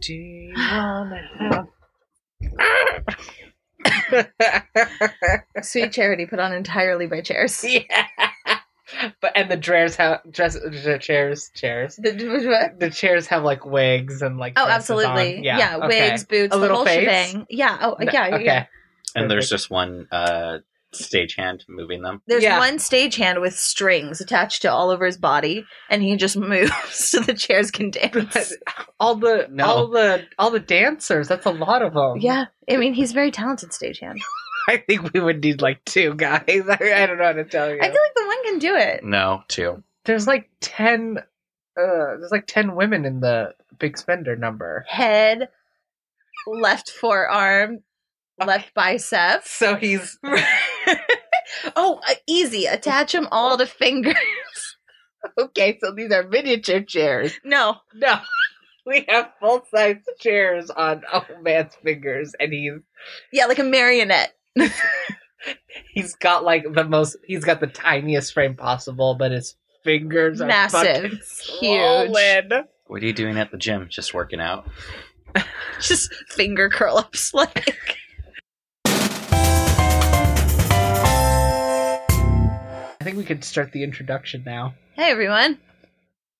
Do you wanna have Sweet Charity put on entirely by chairs. yeah. But and the chairs have dress the chairs chairs. The- what? The chairs have like wigs and like Oh, dresses on. absolutely. Yeah, okay. wigs, boots, A the little whole face? shebang. Yeah. Oh, No, yeah, yeah, okay. yeah. And there's Perfect. just one uh, stagehand moving them. There's Yeah. one stagehand with strings attached to all over his body, and he just moves so the chairs can But dance. all the No. all the all the dancers. That's a lot of them. yeah, I mean he's a very talented stagehand. I think we would need like two guys. I, I don't know how to tell you. I feel like the one can do it. No, two. there's like ten. Uh, there's like ten women in the big spender number. Head, left forearm, left bicep. So he's oh, uh, easy. Attach them all to fingers. okay. So these are miniature chairs. No, No, we have full size chairs on old man's fingers, and he's yeah, like a marionette. he's got like the most. He's got the tiniest frame possible, but his fingers are Massive. fucking Huge. swollen. What are you doing at the gym? Just working out. Just finger curl ups. Like I think we could start the introduction now. Hey everyone.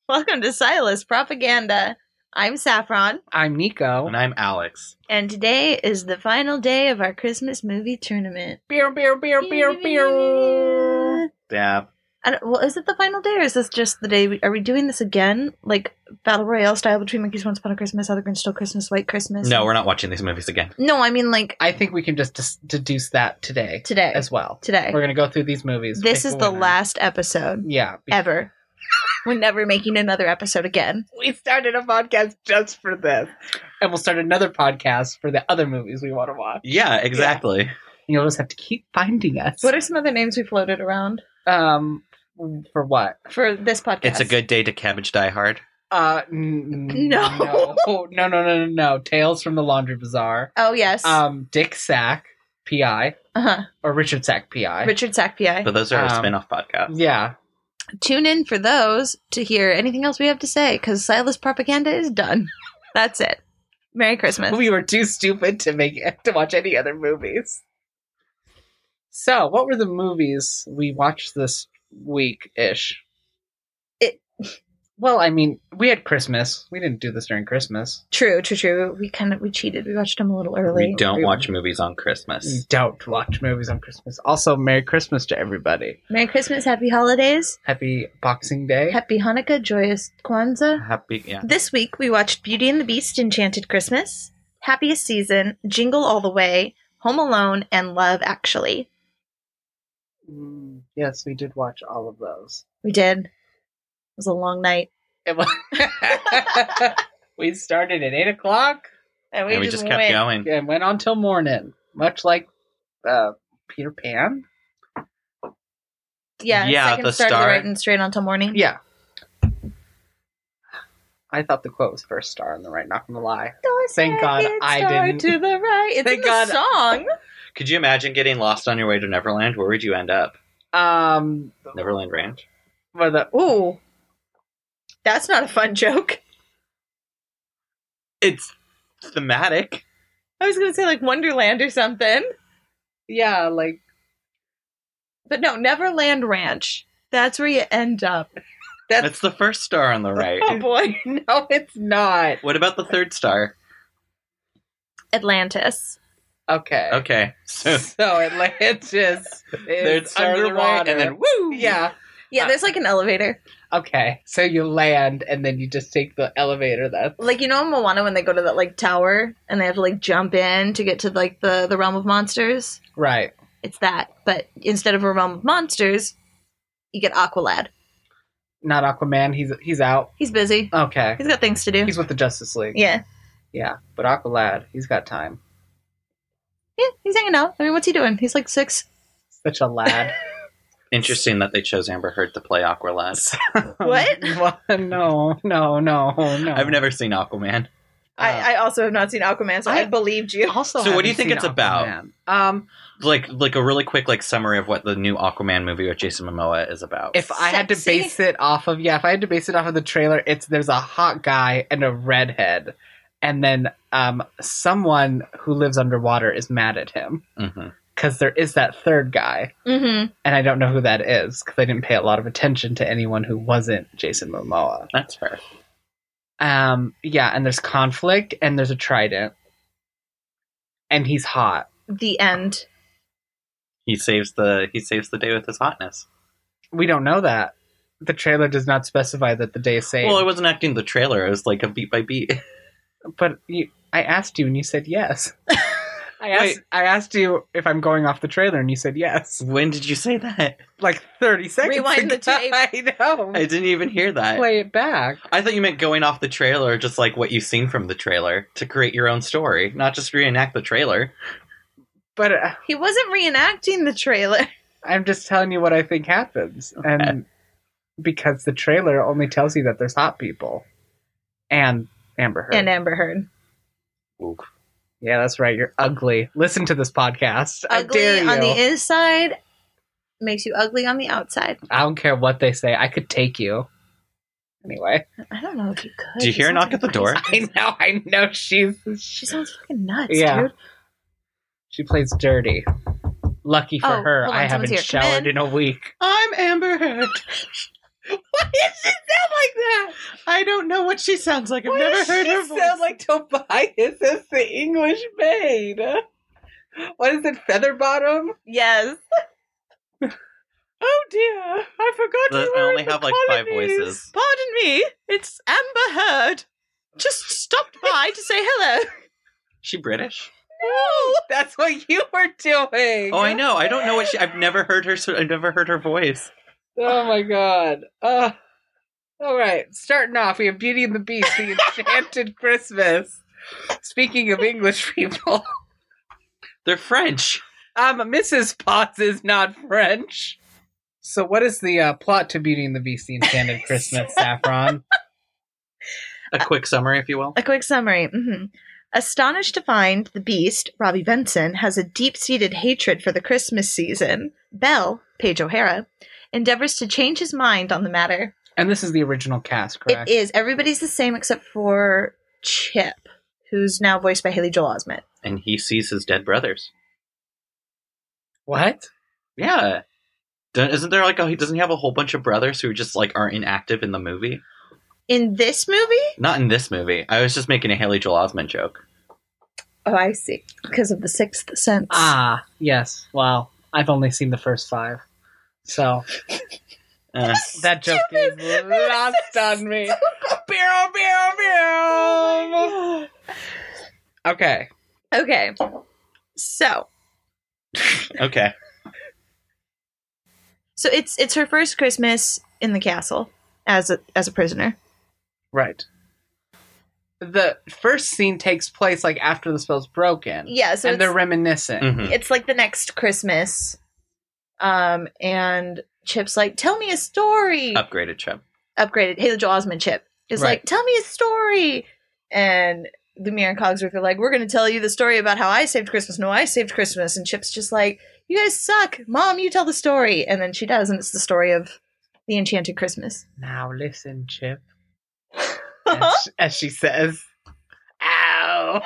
Welcome to Silas Propaganda. I'm Saffron, I'm Nico. And I'm Alex. and today is the final day of our Christmas movie tournament. Beer, beer, beer, beer, beer. Yeah. I don't, well, is it the final day, or is this just the day? We, are we doing this again, like battle royale style between Mickey's Once Upon a Christmas, Other Grinch Stole Christmas, White Christmas? No, we're not watching these movies again. no, I mean like I think we can just dis- deduce that today today. as well. Today, We're gonna go through these movies. this pick is a the winner. last episode Yeah, be- ever. we're never making another episode again. we started a podcast just for this, and we'll start another podcast for the other movies we want to watch. Yeah, exactly. You'll just have to keep finding us. What are some other names we floated around um, for what? for this podcast? It's a good day to cabbage die hard. Uh, n- n- No. no, no, no, no, no, no. Tales from the Laundry Bazaar. Oh yes. Uh, Um, Dick Sack, PI, uh-huh. or Richard Sack, PI. Richard Sack PI. But those are our Um, spin off podcasts. yeah, Tune in for those to hear anything else we have to say because Silas propaganda is done. That's it. Merry Christmas. we were too stupid to make to watch any other movies. So, what were the movies we watched this week ish? It- Well, I mean, we had Christmas. We didn't do this during Christmas. True, true, true. We kind of we cheated. We watched him a little early. We don't we- watch movies on Christmas. Don't watch movies on Christmas. Also, Merry Christmas to everybody. Merry Christmas, happy holidays, Happy Boxing Day. happy Hanukkah, joyous Kwanzaa. Happy, yeah. This week we watched Beauty and the Beast, Enchanted Christmas, Happiest Season, Jingle All the Way, Home Alone, and Love Actually. Mm, yes, we did watch all of those. We did. It was a long night. It was- we started at eight o'clock and we just kept went. going. and went on till morning, much like uh, Peter Pan. Yeah, Yeah, second the started star. right and straight until morning. Yeah. I thought the quote was first star on the right, not gonna lie. Thank God I didn't. To the right. It's Thank in the God- song. Could you imagine getting lost on your way to Neverland? Where would you end up? Um Neverland Ranch? for the Ooh, that's not a fun joke. It's thematic. I was gonna say like Wonderland or something, yeah, like but no, Neverland Ranch. That's where you end up. that's That's the first star on the right. Oh boy, no, it's not. What about the third star? Atlantis. Okay. Okay, so So Atlantis third is star on the right, underwater. and then woo! yeah. Yeah, Uh, there's like an elevator. Okay. So you land and then you just take the elevator that's Like you know in Moana when they go to that like tower and they have to like jump in to get to like the the realm of monsters. right. It's that, but instead of a realm of monsters, you get Aqualad. Not Aquaman, he's he's out. He's busy. Okay. He's got things to do. He's with the Justice League. yeah. Yeah. But Aqualad, he's got time. Yeah, he's hanging out. I mean, what's he doing? He's like six. Such a lad. Interesting that they chose Amber Heard to play Aqualad. What? Well, no, no, no, no. I've never seen Aquaman. Uh, I, I also have not seen Aquaman, so I, I- believed you. also. So what haven't do you think seen it's about? Aquaman. Um, Like, like a really quick like summary of what the new Aquaman movie with Jason Momoa is about. if I had to Sexy. base it off of yeah, if I had to base it off of the trailer, it's there's a hot guy and a redhead, and then um, someone who lives underwater is mad at him hmm because there is that third guy, Mm-hmm. and I don't know who that is because I didn't pay a lot of attention to anyone who wasn't Jason Momoa. That's fair. Um, yeah, and there's conflict, and there's a trident, and he's hot. The end. He saves the he saves the day with his hotness. We don't know that. The trailer does not specify that the day is saved. Well, I wasn't acting the trailer. It was like a beat by beat. but you, I asked you, and you said yes. I asked, Wait. I asked you if I'm going off the trailer, and you said yes. When did you say that? Like 30 seconds. Rewind the ago. tape. I know. I didn't even hear that. play it back. I thought you meant going off the trailer, just like what you've seen from the trailer, to create your own story, not just reenact the trailer. But uh, He wasn't reenacting the trailer. I'm just telling you what I think happens, and because the trailer only tells you that there's hot people and Amber Heard. And Amber Heard. Yeah, that's right. You're ugly. Listen to this podcast. I Ugly dare you. on the inside makes you ugly on the outside. I don't care what they say. I could take you. Anyway, I don't know if you could. Do you She hear a sounds knock at the door? crazy- I know. I know she's She sounds fucking nuts, Yeah. dude. she plays dirty. Lucky for Oh, her, hold on, I haven't someone's here. Come showered in. in a week. I'm Amber Heard. Why does she sound like that? I don't know what she sounds like. Why does she sound like Tobias as the English maid? What is it, Featherbottom? Yes. Oh dear, I forgot The- you I were only in the have, like, five colonies. voices. Pardon me, it's Amber Heard. Just stopped by to say hello. she British? No, that's what you were doing. Oh, I know. I don't know what she. I've never heard her. I've never heard her voice. Oh my god. Uh, all right, starting off, we have Beauty and the Beast, The Enchanted Christmas. Speaking of English people, They're French. um, Mrs. Potts is not French. So, what is the uh, plot to Beauty and the Beast, The Enchanted Christmas, Saffron? A quick summary, if you will. A quick summary. hmm Astonished to find the beast, Robbie Benson, has a deep seated hatred for the Christmas season, Belle, Paige O'Hara, endeavors to change his mind on the matter. And this is the original cast, correct? It is. Everybody's the same except for Chip, who's now voiced by Haley Joel Osment. And he sees his dead brothers. What? Yeah. Don't- Isn't there like a, he doesn't he have a whole bunch of brothers who just like aren't inactive in the movie? In this movie? Not in this movie. I was just making a Haley Joel Osment joke. Oh, I see. Because of the sixth sense. Ah, yes. Wow. I've only seen the first five. So Uh, that joke is lost on me. Barrel, barrel, barrel. Okay. Okay. So. okay. So it's it's her first Christmas in the castle as a as a prisoner. Right. The first scene takes place like after the spell's broken. Yeah, so and it's- they're reminiscent. Mhm. it's like the next Christmas. Um, and Chip's like, tell me a story. Upgraded Chip. Upgraded. Haley Joel Osment Chip is Uh, Right. like, tell me a story. And Lumiere and Cogsworth are like, we're going to tell you the story about how I saved Christmas. No, I saved Christmas. And Chip's just like, you guys suck. Mom, you tell the story. And then she does, and it's the story of the Enchanted Christmas. Now listen, Chip. As, sh- as she says, Uh-huh. ow.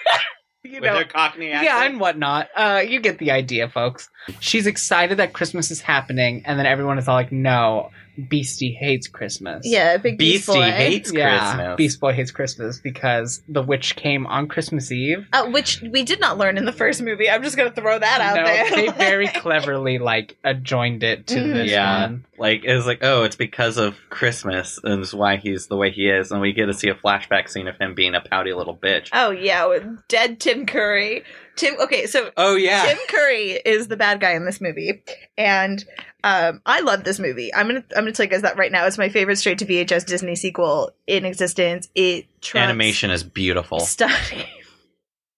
you know, Cockney Yeah, and whatnot. Uh, you get the idea, folks. She's excited that Christmas is happening, and then everyone is all like, "No, Beastie hates Christmas." Yeah, big beast Beastie boy. hates yeah. Christmas. Beast Boy hates Christmas because the witch came on Christmas Eve. Uh, which we did not learn in the first movie. I'm just going to throw that out no, there. they very cleverly like adjoined it to Mhm. this Yeah. one. Like it was like, oh, it's because of Christmas and it's why he's the way he is, and we get to see a flashback scene of him being a pouty little bitch. Oh yeah, with dead Tim Curry. Tim. Okay, so Oh yeah. Tim Curry is the bad guy in this movie, and um, I love this movie. I'm gonna I'm gonna tell you guys that right now. It's my favorite straight to VHS Disney sequel in existence. It trumps Animation is beautiful. Stop. they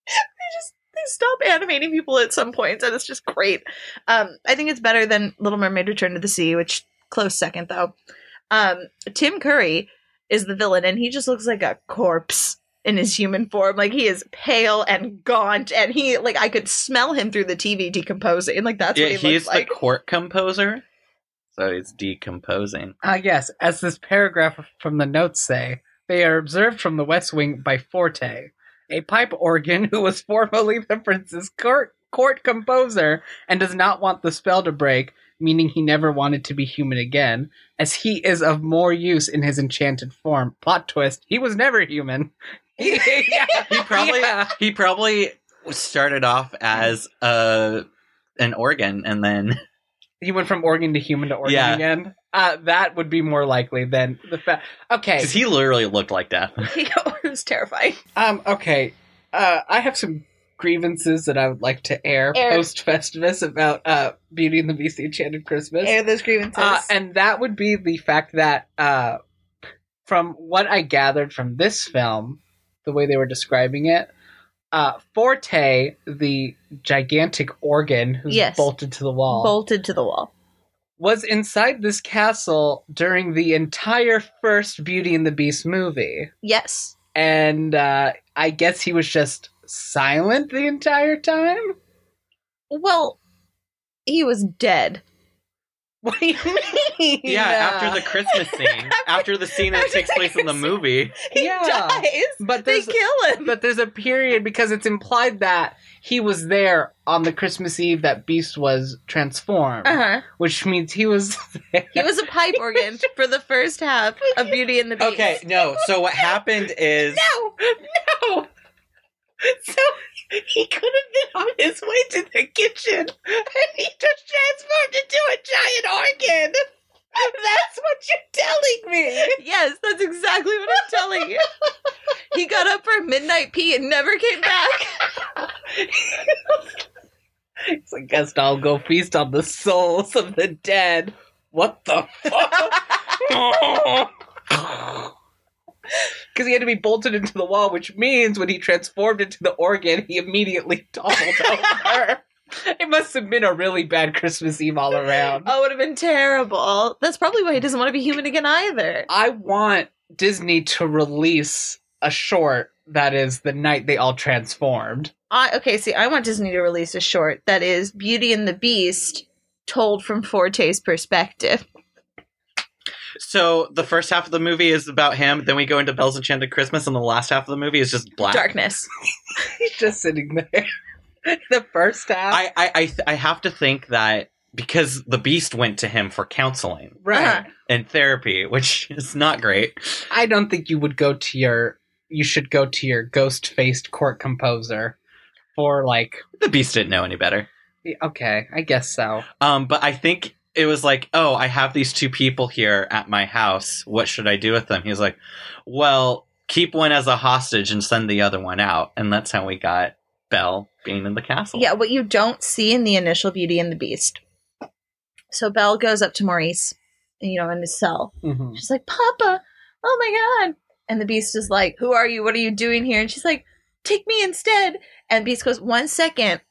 just they stop animating people at some points, and it's just great. Um, I think it's better than Little Mermaid: Return to the Sea, which close second though. Um, Tim Curry is the villain, and he just looks like a corpse in his human form. Like he is pale and gaunt, and he like I could smell him through the TV decomposing. Like that's yeah, what he, he's looks like. the court composer, so he's decomposing. Ah, yes. As this paragraph from the notes say, They are observed from the West Wing by Forte, a pipe organ who was formerly the prince's court, court composer and does not want the spell to break, meaning he never wanted to be human again, as he is of more use in his enchanted form. Plot twist: he was never human. yeah, He probably yeah. he probably started off as a an organ and then he went from organ to human to organ Yeah. again. Uh, that would be more likely than the fact. Okay, because he literally looked like death. it was terrifying. um, okay. Uh, I have some grievances that I would like to air, Air. post Festivus about uh, Beauty and the Beast: The Enchanted Christmas, Air those grievances. uh, and that would be the fact that, uh, from what I gathered from this film, the way they were describing it. Uh, Forte, the gigantic organ who's Yes. bolted to the wall, bolted to the wall. was inside this castle during the entire first Beauty and the Beast movie. Yes. And uh, I guess he was just silent the entire time? Well, he was dead. What do you mean? Yeah, after the Christmas scene, after the scene that takes place in the movie, He Yeah. dies. But They there's, kill him. but there's a period because it's implied that he was there on the Christmas Eve that Beast was transformed, Uh-huh. Uh huh. which means he was there. He was a pipe organ for the first half of Beauty and the Beast. Okay, no. So what happened is No. No. So he could have been on his way to the kitchen and he just transformed into a giant organ. That's what you're telling me. Yes, that's exactly what I'm telling you. He got up for midnight pee and never came back. I guess I'll go feast on the souls of the dead. What the fuck? Because he had to be bolted into the wall, which means when he transformed into the organ, he immediately toppled over. it must have been a really bad Christmas Eve all around. Oh, it would have been terrible. That's probably why he doesn't want to be human again either. I want Disney to release a short that is the night they all transformed. I okay, see, I want Disney to release a short that is Beauty and the Beast told from Forte's perspective. so the first half of the movie is about him, then we go into Belle's Enchanted Christmas, and the last half of the movie is just black. Darkness. He's just sitting there. the first half. I I I, th- I have to think that because the beast went to him for counseling right. Uh-huh. and therapy, which is not great. I don't think you would go to your you should go to your ghost faced court composer for like The beast didn't know any better. the- okay, I guess so. Um, but I think it was like, oh, I have these two people here at my house. What should I do with them? He was like, well, keep one as a hostage and send the other one out. And that's how we got Belle being in the castle. Yeah, what you don't see in the initial Beauty and the Beast. So Belle goes up to Maurice, you know, in his cell. Mhm. She's like, Papa, oh my God. And the Beast is like, Who are you? What are you doing here? And she's like, Take me instead. And Beast goes, One second.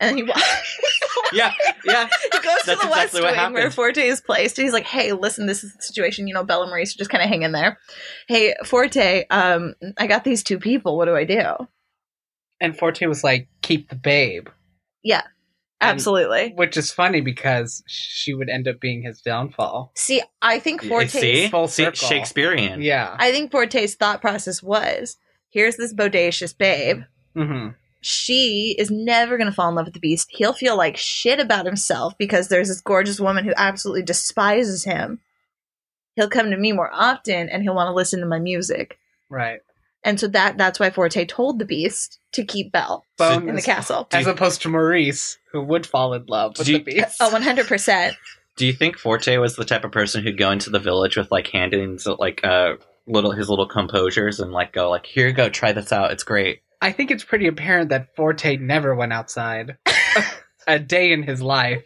And then he walks. Yeah. Yeah. he goes That's to the exactly what West Wing where happened. Forte is placed, and he's like, "Hey, listen, this is the situation. You know, Bella Maurice are just kind of hanging there. Hey, Forte, um, I got these two people. What do I do? And Forte was like, keep the babe. And- Absolutely. Which is funny because she would end up being his downfall. see, I think You See? Forte's, full See? circle. Shakespearean. Yeah. I think Forte's thought process was, here's this bodacious babe. hmm she is never going to fall in love with the beast. He'll feel like shit about himself because there's this gorgeous woman who absolutely despises him. He'll come to me more often and he'll want to listen to my music. Right. And so that that's why Forte told the beast to keep Belle Bonus, in the castle. as opposed to Maurice, who would fall in love with Do you- the beast. Oh, 100%. Do you think Forte was the type of person who'd go into the village with like handings, like uh, little his little composures, and like go like, here you go, try this out, it's great. I think it's pretty apparent that Forte never went outside a day in his life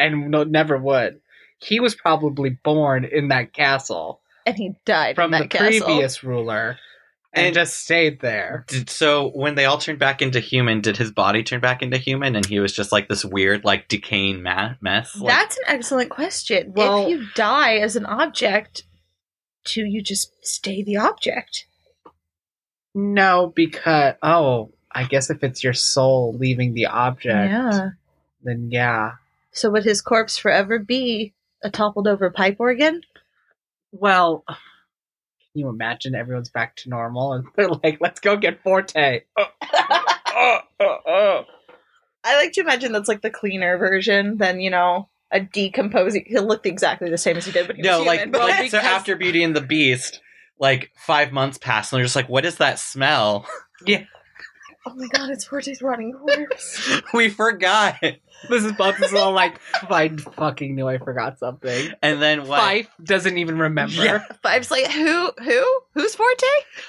and no, never would. He was probably born in that castle And he died from in the that castle. previous ruler and, And- just stayed there. Did, so when they all turned back into human, did his body turn back into human, and he was just like this weird, like decaying ma- mess? Like, That's an excellent question. Well- if you die as an object, do you just stay the object? No, because oh, I guess if it's your soul leaving the object, Yeah. then yeah. So would his corpse forever be a toppled over pipe organ? Well, you imagine everyone's back to normal and they're like, let's go get Forte. Oh, oh, oh, oh. I like to imagine that's like the cleaner version than, you know, a decomposing. He looked exactly the same as he did when he No, was like, human. but like so because- after Beauty and the Beast, like five months pass, and they're just like, "What is that smell? oh my god, it's Forte's running corpse. we forgot." This is Bubs is all like, I fucking knew I forgot something. And then what? Fife doesn't even remember. Yeah. Five's like, who, who, who's Forte?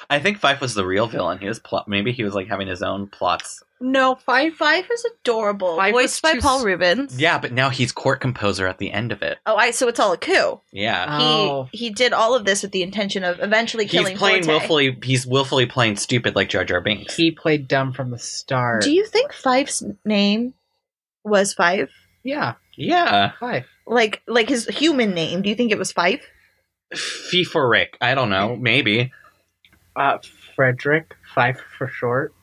I think Fife was the real villain. He was plot. Maybe he was like having his own plots. No, Fife. Five is adorable, Five was voiced by too Paul s- Rubens. Yeah, but now he's court composer at the end of it. Oh, I so it's all a coup. Uh, Yeah, Oh. He he did all of this with the intention of eventually he's killing playing Forte. willfully. He's willfully playing stupid like Jar Jar Binks. He played dumb from the start. Do you think Five's name was Five? yeah, yeah, Fife. Like like his human name? Do you think it was Five? fee for Rick. I don't Mm. know. Maybe Uh, Frederick. Fife for short.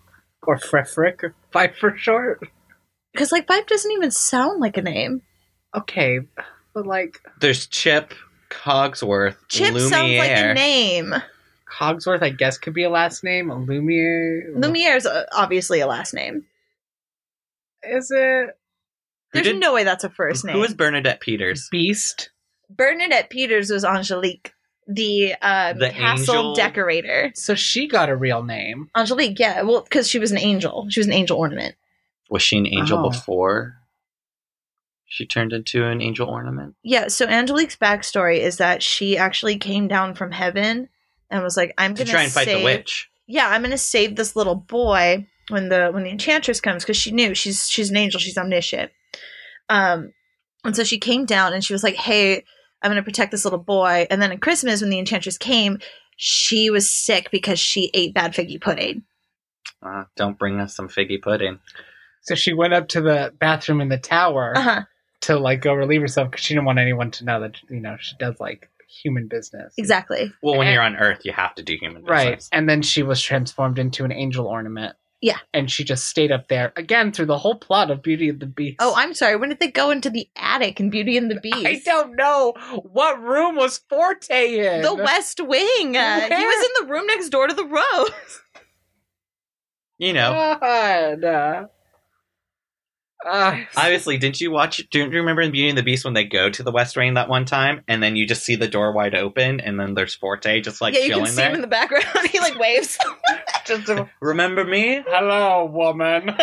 Or Frefrick. Fife for short. Because like Five doesn't even sound like a name. Okay, but like, there's Chip Cogsworth. Chip sounds like a Lumiere. name. Cogsworth, I guess, could be a last name. Lumiere. Lumiere's uh, obviously a last name. Is it Who There's did- no way that's a first name. Who is Bernadette Peters? Beast? Bernadette Peters was Angelique, the, um, The castle angel? decorator. So she got a real name. Angelique, yeah, well, because she was an angel. She was an angel ornament. Was she an angel Oh. before she turned into an angel ornament? Yeah, so Angelique's backstory is that she actually came down from heaven and was like, "I'm To going try and fight save- the witch. Yeah, I'm going to save this little boy when the when the enchantress comes because she knew she's she's an angel, she's omniscient." Um, and so she came down and she was like, "Hey, I'm going to protect this little boy." And then at Christmas, when the enchantress came, she was sick because she ate bad figgy pudding. Uh, don't bring us some figgy pudding. So she went up to the bathroom in the tower Uh huh. to like go relieve herself because she didn't want anyone to know that you know she does like human business. Exactly. Well, when And- you're on Earth, you have to do human business. Right. And then she was transformed into an angel ornament. Yeah. And she just stayed up there again through the whole plot of Beauty and the Beast. Oh, I'm sorry. When did they go into the attic in Beauty and the Beast? I don't know what room was Forte in. Oh The West Wing. Uh, he Where? was in the room next door to the rose. You know, God. Uh, uh, obviously, didn't you watch? Do you remember in Beauty and the Beast when they go to the West Rain that one time, and then you just see the door wide open, and then there's Forte just like yeah, you can chilling see there. him in the background. he like waves. just a- Remember me? Hello, woman.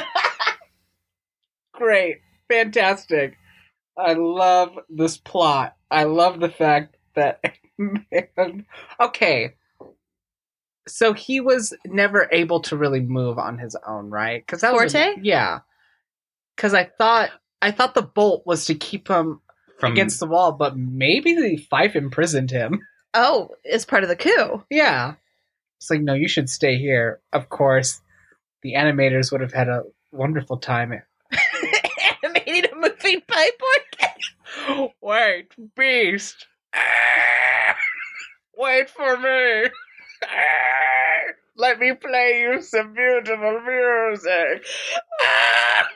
Great. Fantastic. I love this plot. I love the fact that. okay. So he was never able to really move on his own, right? Because that was. Forte? yeah. Because I thought. I thought the bolt was to keep him From against the wall, but maybe the fife imprisoned him. oh, it's part of the coup. Yeah. It's like, no, you should stay here. Of course, the animators would have had a wonderful time. Animated a moving pipe organ. Wait, beast. Ah! Wait for me. Ah! Let me play you some beautiful music. Ah!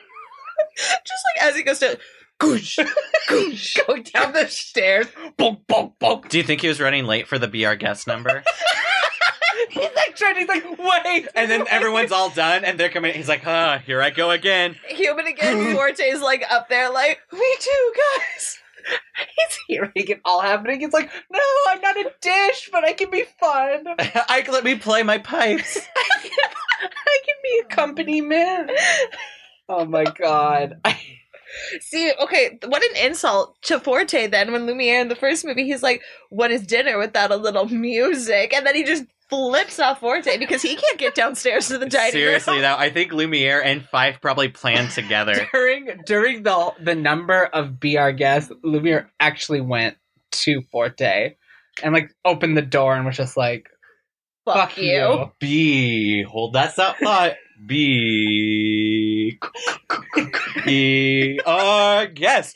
Just like as he goes to goosh, goosh. Go down the stairs. Bonk, bonk, bonk. Do you think he was running late for the BR guest number? He's like trying. He's like, wait. and then everyone's all done, and they're coming. He's like, "Huh, here I go again." Human again. Forte's like up there, like me too, guys. he's hearing it all happening. He's like, no, I'm not a dish, but I can be fun. Ike, let me play my pipes. I can be accompaniment. Oh my god. See, okay, what an insult to Forte then when Lumiere in the first movie, he's like, What is dinner without a little music? And then he just flips off Forte because he can't get downstairs to the dining Seriously, room. though, I think Lumiere and Fife probably planned together. during during the the number of BR guests, Lumiere actually went to Forte and like opened the door and was just like, Fuck, "Fuck you. you." B. Hold that up thought. B. B. R. Yes.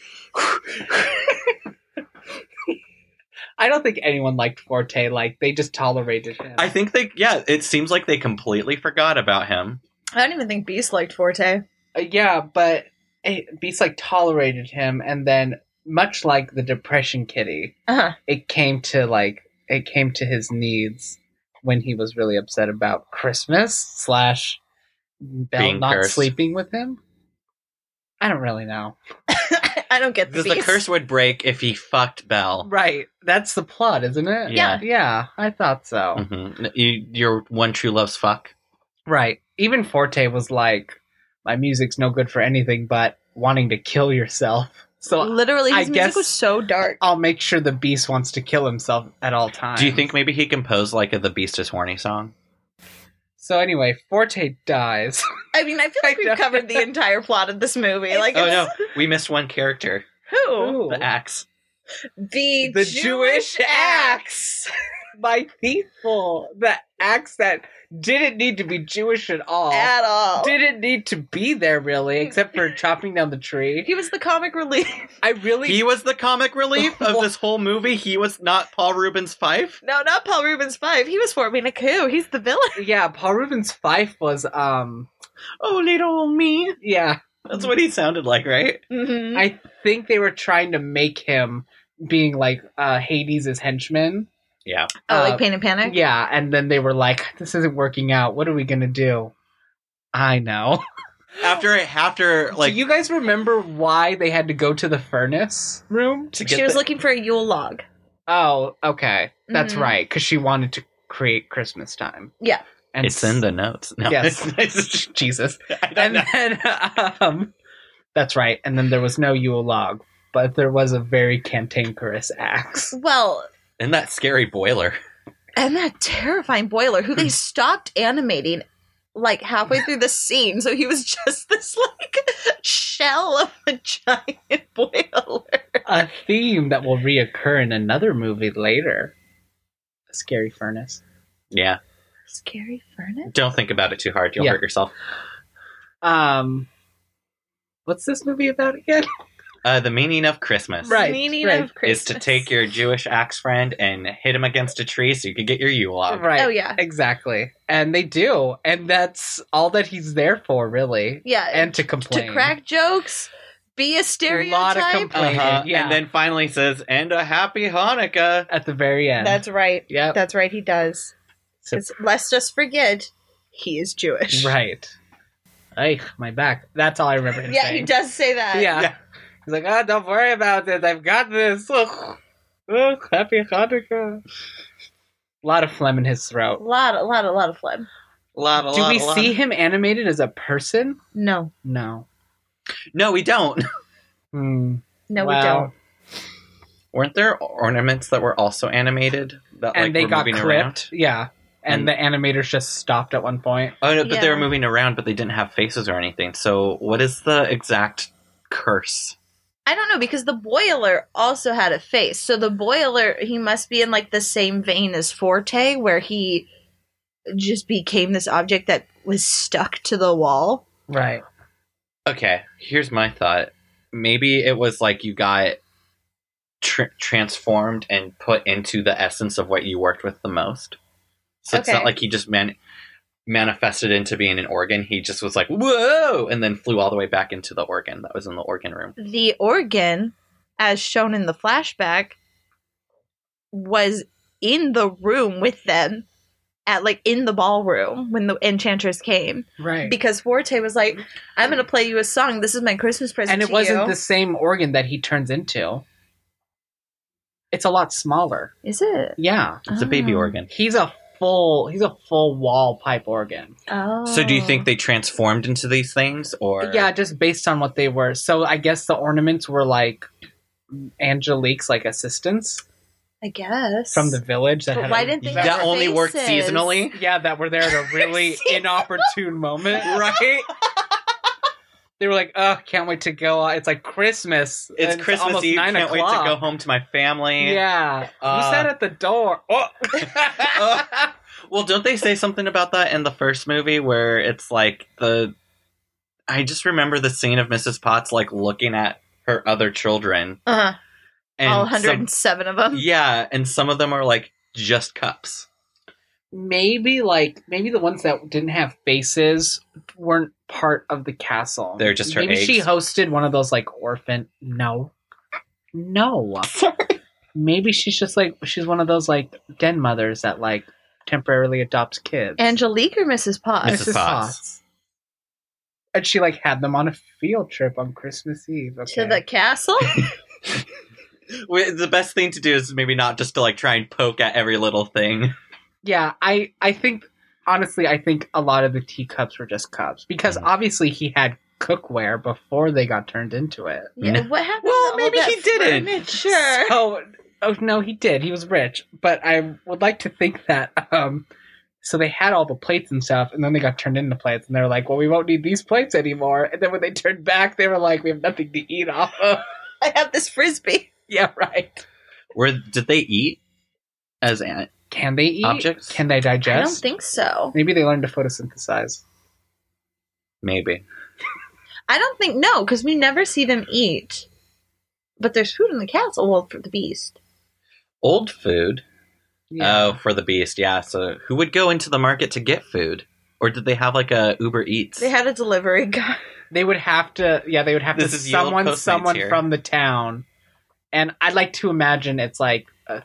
I don't think anyone liked Forte. Like they just tolerated him. I think they, yeah, it seems like they completely forgot about him. I don't even think Beast liked Forte. Uh, yeah, but it, Beast like tolerated him, and then much like the Depression Kitty, Uh-huh. it came to like it came to his needs when he was really upset about Christmas slash Belle Being not cursed. sleeping with him. I don't really know. I don't get Because this. the curse would break if he fucked Belle. Right, that's the plot, isn't it? Yeah. yeah, I thought so. Mhm. You, your one true love's fuck. Hmm. Right. Even Forte was like, my music's no good for anything but wanting to kill yourself. So Literally, his I music guess- was so dark. I'll make sure the beast wants to kill himself at all times. Do you think maybe he composed like a The Beast is Horny song? So anyway, Forte dies. I mean, I feel I like know. we've covered the entire plot of this movie. Like, Oh it's- no, we missed one character. who? Ooh. The axe. The, The Jewish Jewish axe. My thiefful. The axe that didn't need to be Jewish at all. At all. Didn't need to be there really, except for chopping down the tree. he was the comic relief. I really He was the comic relief of this whole movie. He was not Paul Rubens Fife. No, not Paul Rubens Five. He was forming a coup. He's the villain. Yeah, Paul Rubens Fife was um Oh, little old me. yeah, That's what he sounded like, right? Mm-hmm. I think they were trying to make him being like uh Hades' henchman. Yeah. oh, uh, like Pain and Panic. Yeah, and then they were like, This isn't working out, what are we gonna do? I know. After after like do you guys remember why they had to go to the furnace room? to get She was the- looking for a Yule log. Oh, okay. That's Mhm. right, because she wanted to create Christmas time. Yeah. And it's in the notes. No. Yes. Jesus. I don't And know. then um That's right. And then there was no Yule log, but there was a very cantankerous axe. Well, and that scary boiler. and that terrifying boiler who Hmm. they stopped animating like halfway through the scene, so he was just this like shell of a giant boiler. a theme that will reoccur in another movie later. A scary furnace. Yeah. Scary furnace. Don't think about it too hard. You'll Yeah. hurt yourself. Um, what's this movie about again? Uh, the meaning of Christmas Right, Meaning right. of Christmas. is to take your Jewish axe friend and hit him against a tree so you can get your Yule log. right. Oh yeah, Exactly. And they do, and that's all that he's there for, really, yeah. and to to complain. crack jokes, be a stereotype. lot of complaints. Uh-huh. Yeah. And then finally says, and a happy Hanukkah. at the very end. That's right. yep. That's right. He does. So- 'Cause let's just forget he is Jewish. right. Ay, my back. That's all I remember him Yeah, saying. he does say that. Yeah. Yeah. He's like, oh, don't worry about it. I've got this. Ugh. Ugh, happy Hanukkah. A lot of phlegm in his A throat. lot, a lot, a lot of phlegm. Lot, a Do lot, we a lot. see him animated as a person? No, No. No, we don't. Hmm. no, Wow. we don't. Weren't there ornaments that were also animated that And like they were got moving clipped. around? Hmm. Yeah. And And- the animators just stopped at one point. Oh no, but they Yeah. were moving around, but they didn't have faces or anything. So what is the exact curse? I don't know because the boiler also had a face. So the boiler, he must be in like the same vein as Forte, where he just became this object that was stuck to the wall. Right. Okay, here's my thought. Maybe it was like you got tr- transformed and put into the essence of what you worked with the most. So it's Okay. not like he just man- manifested into being an organ. He just was like, whoa, and then flew all the way back into the organ that was in the organ room. The organ, as shown in the flashback, was in the room with them at like in the ballroom when the enchantress came. Right. because Forte was like, "I'm gonna play you a song. This is my Christmas present." and it to wasn't you." the same organ that he turns into. It's a lot smaller. Is it? Yeah. It's a baby Oh. organ. He's a full he's a full wall pipe organ. Oh. So do you think they transformed into these things or Yeah, just based on what they were. So I guess the ornaments were like Angelique's like assistants Oh, I guess from the village that But had why a- didn't they? that have only worked faces? seasonally? Yeah, that were there at a really inopportune moment, right? they were like, "Oh, can't wait to go." out." It's like Christmas. and It's Christmas almost Eve. nine Can't wait to go o'clock. home to my family. Yeah, Uh, you sat at the door. Oh, Uh, well, don't they say something about that in the first movie where it's like the? I just remember the scene of Mrs. Potts like looking at her other children, Uh-huh. and All some- 107 of them. yeah, and some of them are like just cups. maybe like maybe the ones that didn't have faces weren't part of the castle. They're just her maybe she eggs. hosted one of those like orphan. No, no. Maybe she's just like she's one of those like den mothers that like temporarily adopts kids. Angelique or Mrs. Potts? Mrs. Potts. And she like had them on a field trip on Christmas Eve. Okay. To the castle? We- The best thing to do is maybe not just to like try and poke at every little thing. yeah, I I think honestly, I think a lot of the teacups were just cups because Mm. Mhm. obviously he had cookware before they got turned into it. yeah, what happened? Well, to all maybe that he didn't. Furniture? Oh, oh no, he did. He was rich, but I would like to think that. um So they had all the plates and stuff, and then they got turned into plates, and they were like, "Well, we won't need these plates anymore." And then when they turned back, they were like, "We have nothing to eat off of." I have this frisbee. yeah, right. Where did they eat as an- Can they eat? objects? Can they digest? I don't think so. Maybe they learned to photosynthesize. maybe. I don't think no, because we never see them eat. But there's food in the castle. Well, for the beast. Old food. Yeah. Oh, for the beast. Yeah. So who would go into the market to get food? Or did they have like a Uber Eats? They had a delivery guy. They would have to. Yeah, they would have This to is the old someone Postmates someone here. from the town, and I'd like to imagine it's like uh,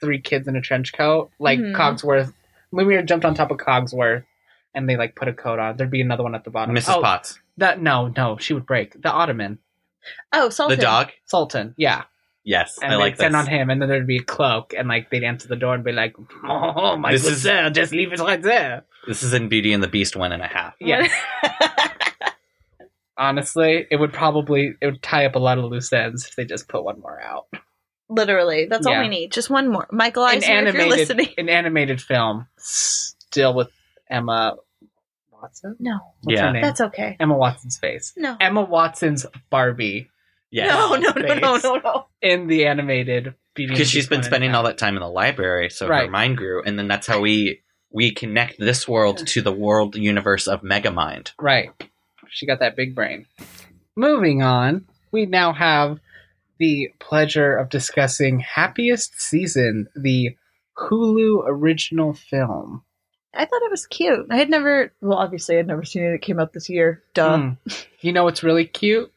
three kids in a trench coat, like Mhm. Cogsworth. Lumiere jumped on top of Cogsworth, and they like put a coat on. There'd be another one at the bottom. Mrs. Oh, Potts. That no, no, she would break the ottoman. Oh, Sultan. The dog? Sultan, yeah, Yes. and I they'd like this. send on him, and then there'd be a cloak, and like they'd answer the door and be like, "Oh my This good is- sir, just leave it right there." This is in Beauty and the Beast one and a half. Yeah, honestly, it would probably it would tie up a lot of loose ends if they just put one more out. Literally, that's all Yeah. we need. Just one more, Michael an Eisner. If you're animated listening, an animated film still with Emma Watson. no, What's her Yeah. name? that's okay. Emma Watson's face. No, Emma Watson's Barbie Yes. no, no, no, no, Face. no, no. in the animated Beauty and the because she's Beast been one and spending half. all that time in the library, so Right. her mind grew, and then that's how we we connect this world to the world universe of Megamind. Right. She got that big brain. Moving on, we now have the pleasure of discussing Happiest Season, the Hulu original film. I thought it was cute. I had never, well, obviously, I'd never seen it. It came out this year. Duh. Mm. Hmm. You know what's really cute?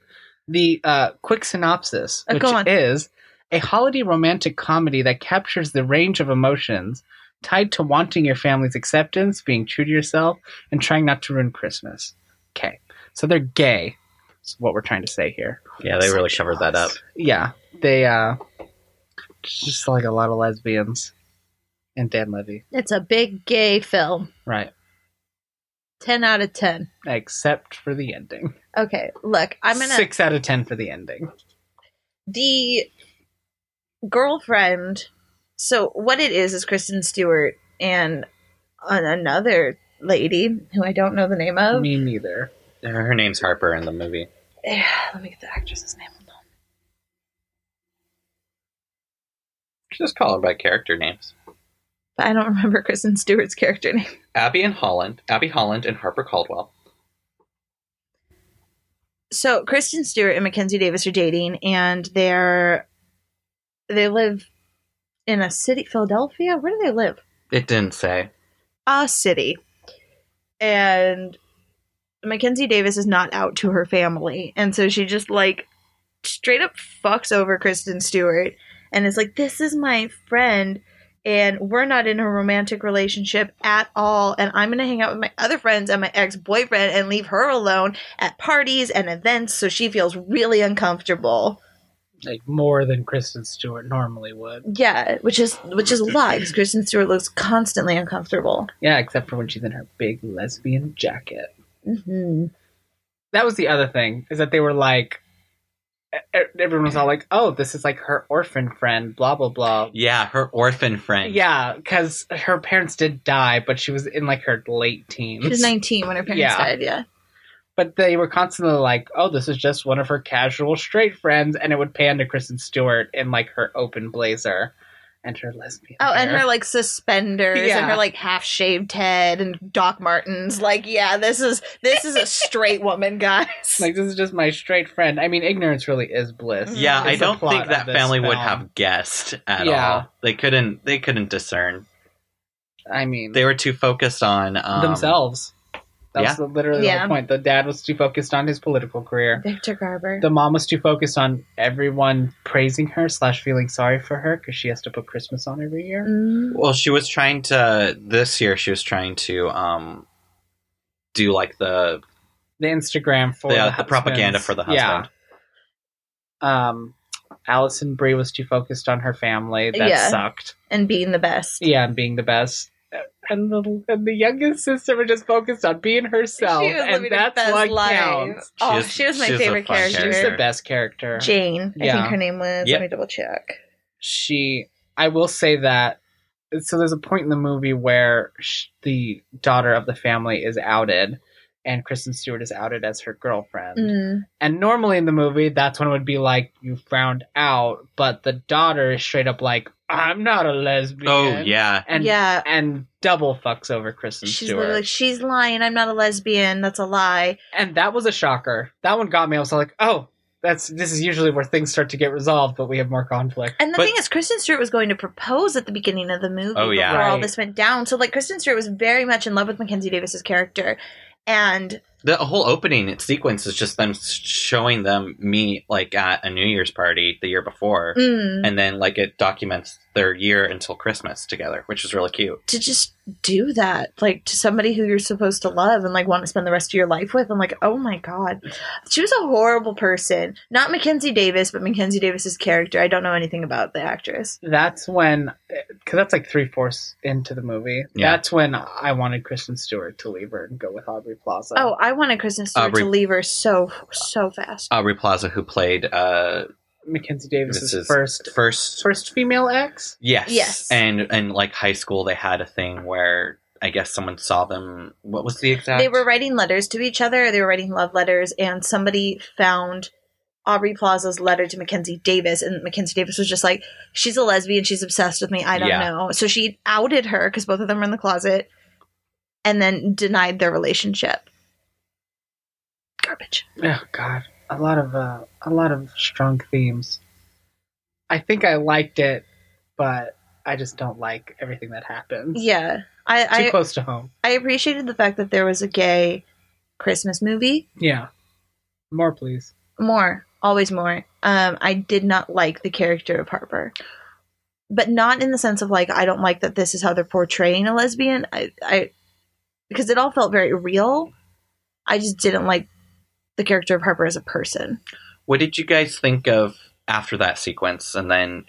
The uh, quick synopsis, Uh, which go on. is a holiday romantic comedy that captures the range of emotions tied to wanting your family's acceptance, being true to yourself, and trying not to ruin Christmas. Okay, so they're gay. Is what we're trying to say here. Yeah, they really covered that up. Yeah, they uh, just like a lot of lesbians and Dan Levy, It's a big gay film. right? Ten out of ten. Except for the ending. Okay, look, I'm gonna six out of ten for the ending. the girlfriend. So what it is is Kristen Stewart and an- another lady who I don't know the name of. Me neither. Her her name's Harper in the movie. Eh, Let me get the actress's name. Hold on. Just call her by character names. But I don't remember Kristen Stewart's character name. Abby and Holland, Abby Holland and Harper Caldwell. So Kristen Stewart and Mackenzie Davis are dating, and they're they live in a city, Philadelphia. Where do they live? It didn't say. a city. And Mackenzie Davis is not out to her family. And so she just like straight up fucks over Kristen Stewart and is like, This is my friend. And we're not in a romantic relationship at all. And I'm going to hang out with my other friends and my ex boyfriend and leave her alone at parties and events. So she feels really uncomfortable. like more than Kristen Stewart normally would. Yeah, which is which is a lie because Kristen Stewart looks constantly uncomfortable. Yeah, except for when she's in her big lesbian jacket. hmm That was the other thing is that they were like, e- everyone was all like, "Oh, this is like her orphan friend," blah blah blah. Yeah, her orphan friend. Yeah, because her parents did die, but she was in like her late teens. She was 19 when her parents Yeah. died. Yeah. but they were constantly like, "Oh, this is just one of her casual straight friends," and it would pan to Kristen Stewart in like her open blazer and her lesbian. Oh, and hair. her like suspenders Yeah. and her like half shaved head and Doc Martens. Like, yeah, this is this is a straight woman, guys. like this is just my straight friend. I mean, ignorance really is bliss. Yeah, Is I the don't plot think of that this family would film. have guessed at Yeah. all. They couldn't they couldn't discern. I mean, They were too focused on um, themselves. That Yeah. was the, literally the Yeah. whole point. The dad was too focused on his political career. Victor Garber. The mom was too focused on everyone praising her slash feeling sorry for her because she has to put Christmas on every year. Mm. Well, she was trying to this year. She was trying to um do like the The Instagram for the, the, the propaganda husbands. for the Yeah. husband. um Allison Brie was too focused on her family. That Yeah. sucked. And being the best. Yeah, and being the best. And the, and the youngest sister was just focused on being herself, She was and living her that's best what life. counts. Oh, She's- she was my she's a favorite fun character. She was the Sure. best character. Jane, I Yeah. think her name was. Yep. Let me double check. she i will say that so there's a point in the movie where sh- the daughter of the family is outed and kristen stewart is outed as her girlfriend Mm. and normally in the movie that's when it would be like you found out but the daughter is straight up like i'm not a lesbian Oh yeah, and Mm. yeah, and double fucks over kristen she's stewart literally like, she's lying. I'm not a lesbian. That's a lie. and that was a shocker that one got me i was like oh that's this is usually where things start to get resolved but we have more conflict And the But- thing is, Kristen Stewart was going to propose at the beginning of the movie Oh, yeah. before all Right. this went down. So, like, Kristen Stewart was very much in love with Mackenzie Davis's character, and the whole opening sequence is just them s- showing them meet like at a New Year's party the year before, Mm-hmm. mm, and then like it documents their year until Christmas together, which is really cute. to just do that, like, to somebody who you're supposed to love and like want to spend the rest of your life with, I'm like, oh my god, she was a horrible person. Not Mackenzie Davis, but Mackenzie Davis's character. I don't know anything about the actress. that's when because that's like three fourths into the movie Yeah. that's when i wanted kristen stewart to leave her and go with aubrey plaza Oh, I wanted Kristen Stewart Aubrey- to leave her so so fast. Aubrey Uh, Plaza, who played uh mackenzie davis's This is- first first first female ex Yes. Yes. And and like high school, they had a thing where I guess someone saw them. What was the exact? They were writing letters to each other. They were writing love letters, and somebody found Aubrey Plaza's letter to Mackenzie Davis, and Mackenzie Davis was just like, "She's a lesbian. She's obsessed with me. I don't Yeah. know." So she outed her because both of them were in the closet, and then denied their relationship. Garbage. oh god a lot of uh, a lot of strong themes i think i liked it but i just don't like everything that happens Yeah, I too I, close to home I appreciated the fact that there was a gay Christmas movie. yeah more please More, always more. Um, I did not like the character of Harper, but not in the sense of like I don't like that this is how they're portraying a lesbian. I, I, because it all felt very real. I just didn't like the character of Harper as a person. What did you guys think of after that sequence? And then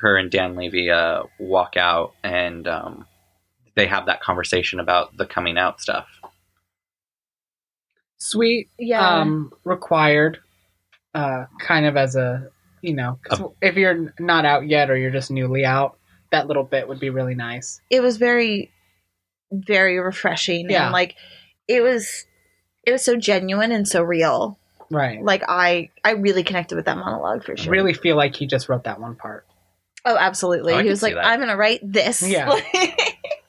her and Dan Levy uh, walk out, and um, they have that conversation about the coming out stuff. sweet Yeah, um required uh kind of as a you know 'cause if you're not out yet or you're just newly out that little bit would be really nice it was very, very refreshing. Yeah. and like it was, it was so genuine and so real. right Like I, I really connected with that monologue for Mm. sure. really feel like he just wrote that one part Oh, absolutely. Oh, I he can was see like, that. I'm gonna write this. Yeah.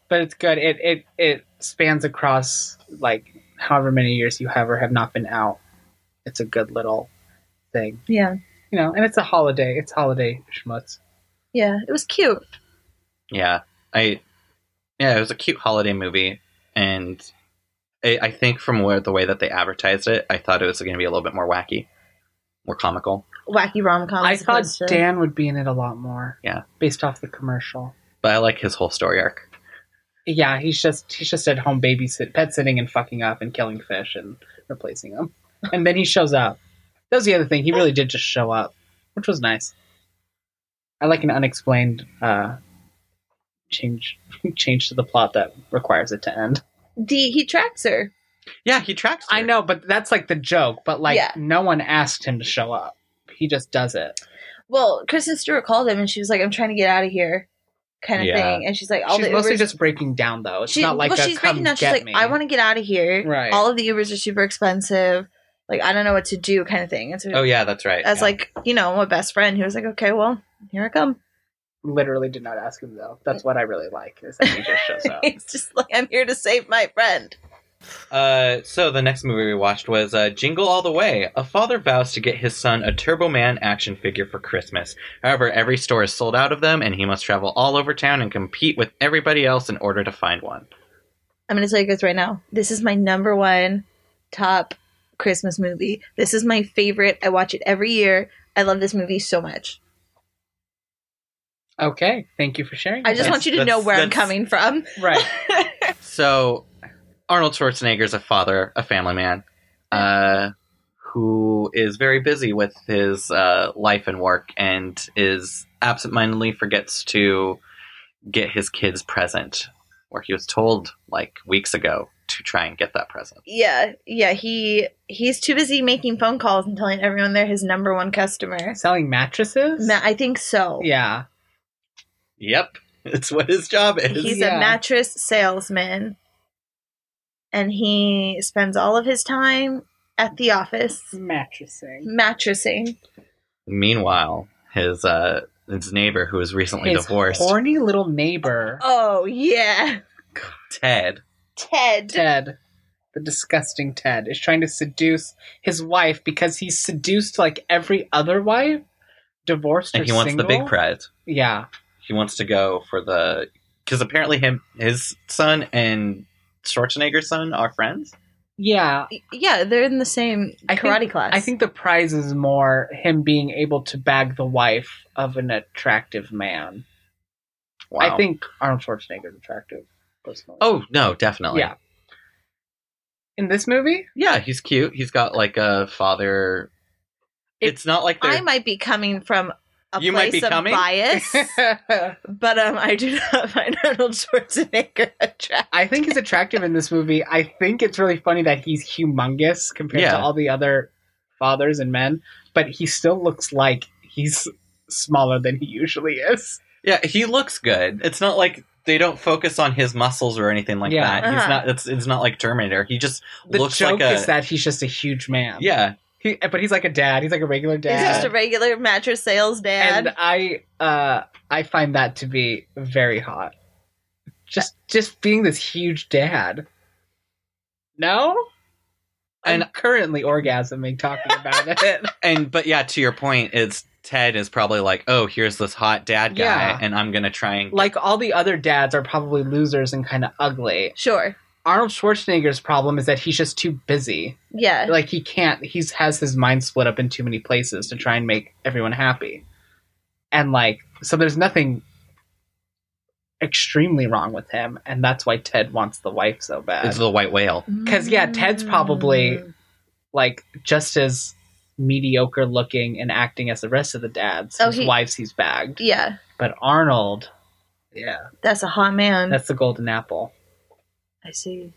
but it's good it it it spans across like however many years you have or have not been out it's a good little thing yeah. you know and it's a holiday it's holiday schmutz Yeah, it was cute. Yeah, I yeah, it was a cute holiday movie, and I, I think from where the way that they advertised it, I thought it was going to be a little bit more wacky, more comical. Wacky rom com. i thought dan would be in it a lot more Yeah. based off the commercial But I like his whole story arc. Yeah, he's just he's just at home babysit pet sitting and fucking up and killing fish and replacing them. And then he shows up. That was the other thing. He really did just show up, which was nice. I like an unexplained uh change change to the plot that requires it to end. D he tracks her. Yeah, he tracks. I her. know, but that's like the joke, but like Yeah. no one asked him to show up. He just does it. Well, Kristen Stewart called him and she was like, "I'm trying to get out of here," kind of Yeah. thing. And she's like, "All she's the mostly Ubers." just breaking down though. It's she, not like well, a, she's come breaking down. She's get like, me. "I want to get out of here. Right. All of the Ubers are super expensive. Like, I don't know what to do," kind of thing. And so, Oh yeah, that's right. as yeah. like you know, a best friend who was like, "Okay, well, here I come." literally did not ask him though. That's what I really like is that he just shows up. it's just like I'm here to save my friend. Uh, so the next movie we watched was uh, Jingle All the Way. A father vows to get his son a Turbo Man action figure for Christmas. However, every store is sold out of them, and he must travel all over town and compete with everybody else in order to find one. I'm going to tell you guys right now. This is my number one top Christmas movie. This is my favorite. I watch it every year. I love this movie so much. Okay, thank you for sharing. I just that. want you to That's- know where I'm that's- coming from. right. So, Arnold Schwarzenegger's a father, a family man, uh, who is very busy with his uh, life and work, and is absentmindedly forgets to get his kids present, where he was told like weeks ago to try and get that present. Yeah, yeah, he he's too busy making phone calls and telling everyone they're his number one customer. Selling mattresses. Ma- I think so. yeah. Yep, it's what his job is. He's Yeah. a mattress salesman. And he spends all of his time at the office Mattressing. mattressing. Meanwhile, his uh, his neighbor, who was recently His divorced, horny little neighbor, Oh yeah. Ted, Ted. Ted, the disgusting Ted, is trying to seduce his wife because he's seduced like every other wife, divorced and or he wants single. the big prize. Yeah, he wants to go for the because apparently him his son and Schwarzenegger's son are friends. yeah. Yeah, they're in the same I think- karate class. I think the prize is more him being able to bag the wife of an attractive man. Wow. I think Arnold Schwarzenegger's attractive, personally. Oh no, definitely. yeah. In this movie, Yeah, he's cute. He's got like a father. It- it's not like I they're. might be coming from a You might place be of coming? bias, but um, I do not find Arnold Schwarzenegger attractive. I think he's attractive in this movie. I think it's really funny that he's humongous compared to Yeah. all the other fathers and men, but he still looks like he's smaller than he usually is. Yeah, he looks good. It's not like they don't focus on his muscles or anything like Yeah. that. He's Uh-huh. not. It's it's not like Terminator. He just The looks joke like a. is that he's just a huge man. yeah, He, but he's like a dad. He's like a regular dad. He's just a regular mattress sales dad. and I uh I find that to be very hot. Just just being this huge dad. No? I'm And- currently orgasming talking about it. and but yeah, to your point, it's Ted is probably like, oh, here's this hot dad guy, Yeah. and I'm gonna try and like all the other dads are probably losers and kind of ugly. sure. Arnold Schwarzenegger's problem is that he's just too busy. Yeah. Like he can't. He's has his mind split up in too many places to try and make everyone happy. And like so, there's nothing extremely wrong with him, and that's why Ted wants the wife so bad. it's the white whale. 'Cause, yeah, Ted's probably- Mm. Like just as mediocre looking and acting as the rest of the dads, Oh, whose he- wives he's bagged. Yeah, But Arnold, yeah, that's a hot man. that's the golden apple. I see.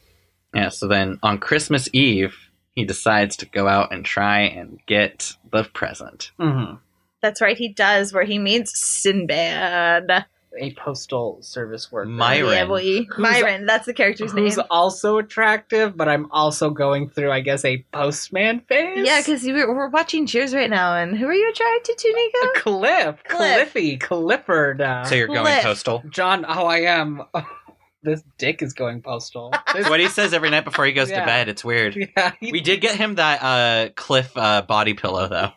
Yeah, so then on Christmas Eve, he decides to go out and try and get the present. hmm That's right, he does, where he meets Sinbad. A postal service worker. My Myron. Yeah, boy. Myron, that's the character's who's name. also attractive, but I'm also going through, I guess, a postman phase. Yeah, because were, we're watching Cheers right now, and who are you attracted to, Nico? Cliff, Cliff. Cliffy, Clifford. Uh, So you're going Cliff. postal. John, how I am. this dick is going postal. This- That's what he says every night before he goes Yeah. to bed. It's weird. yeah, you, We did get him that uh, Cliff uh, body pillow though.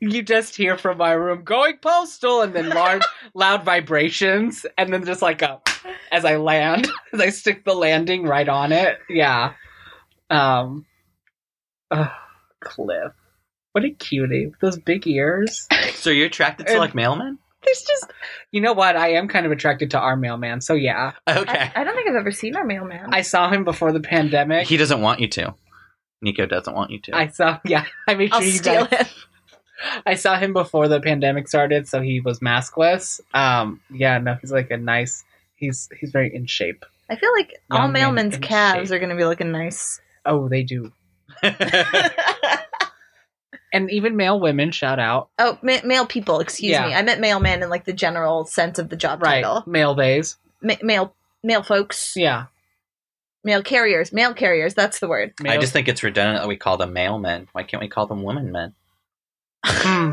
you just hear from my room going postal, and then large, loud vibrations, and then just like a as I land, as I stick the landing right on it. Yeah. Um. ugh, Cliff, what a cutie with those big ears. So you're attracted to And- like mailmen? There's just. You know what? I am kind of attracted to our mailman. So yeah, Okay. I, I don't think I've ever seen our mailman. I saw him before the pandemic. He doesn't want you to. Nico doesn't want you to. I saw yeah. I made sure I'll you steal guys, it. I saw him before the pandemic started, so he was maskless. Um, yeah, no, he's like a nice. He's he's very in shape. I feel like all Young man mailmen's in calves shape. are going to be looking nice. Oh, they do. oh, And even male women shout out ma- male people, excuse Yeah. me. I meant mailman in like the general sense of the job right title. male days. Ma- male male folks, Yeah, male carriers, male carriers, that's the word. male, I just think it's redundant that we call them mailmen. Why can't we call them women men? Hmm.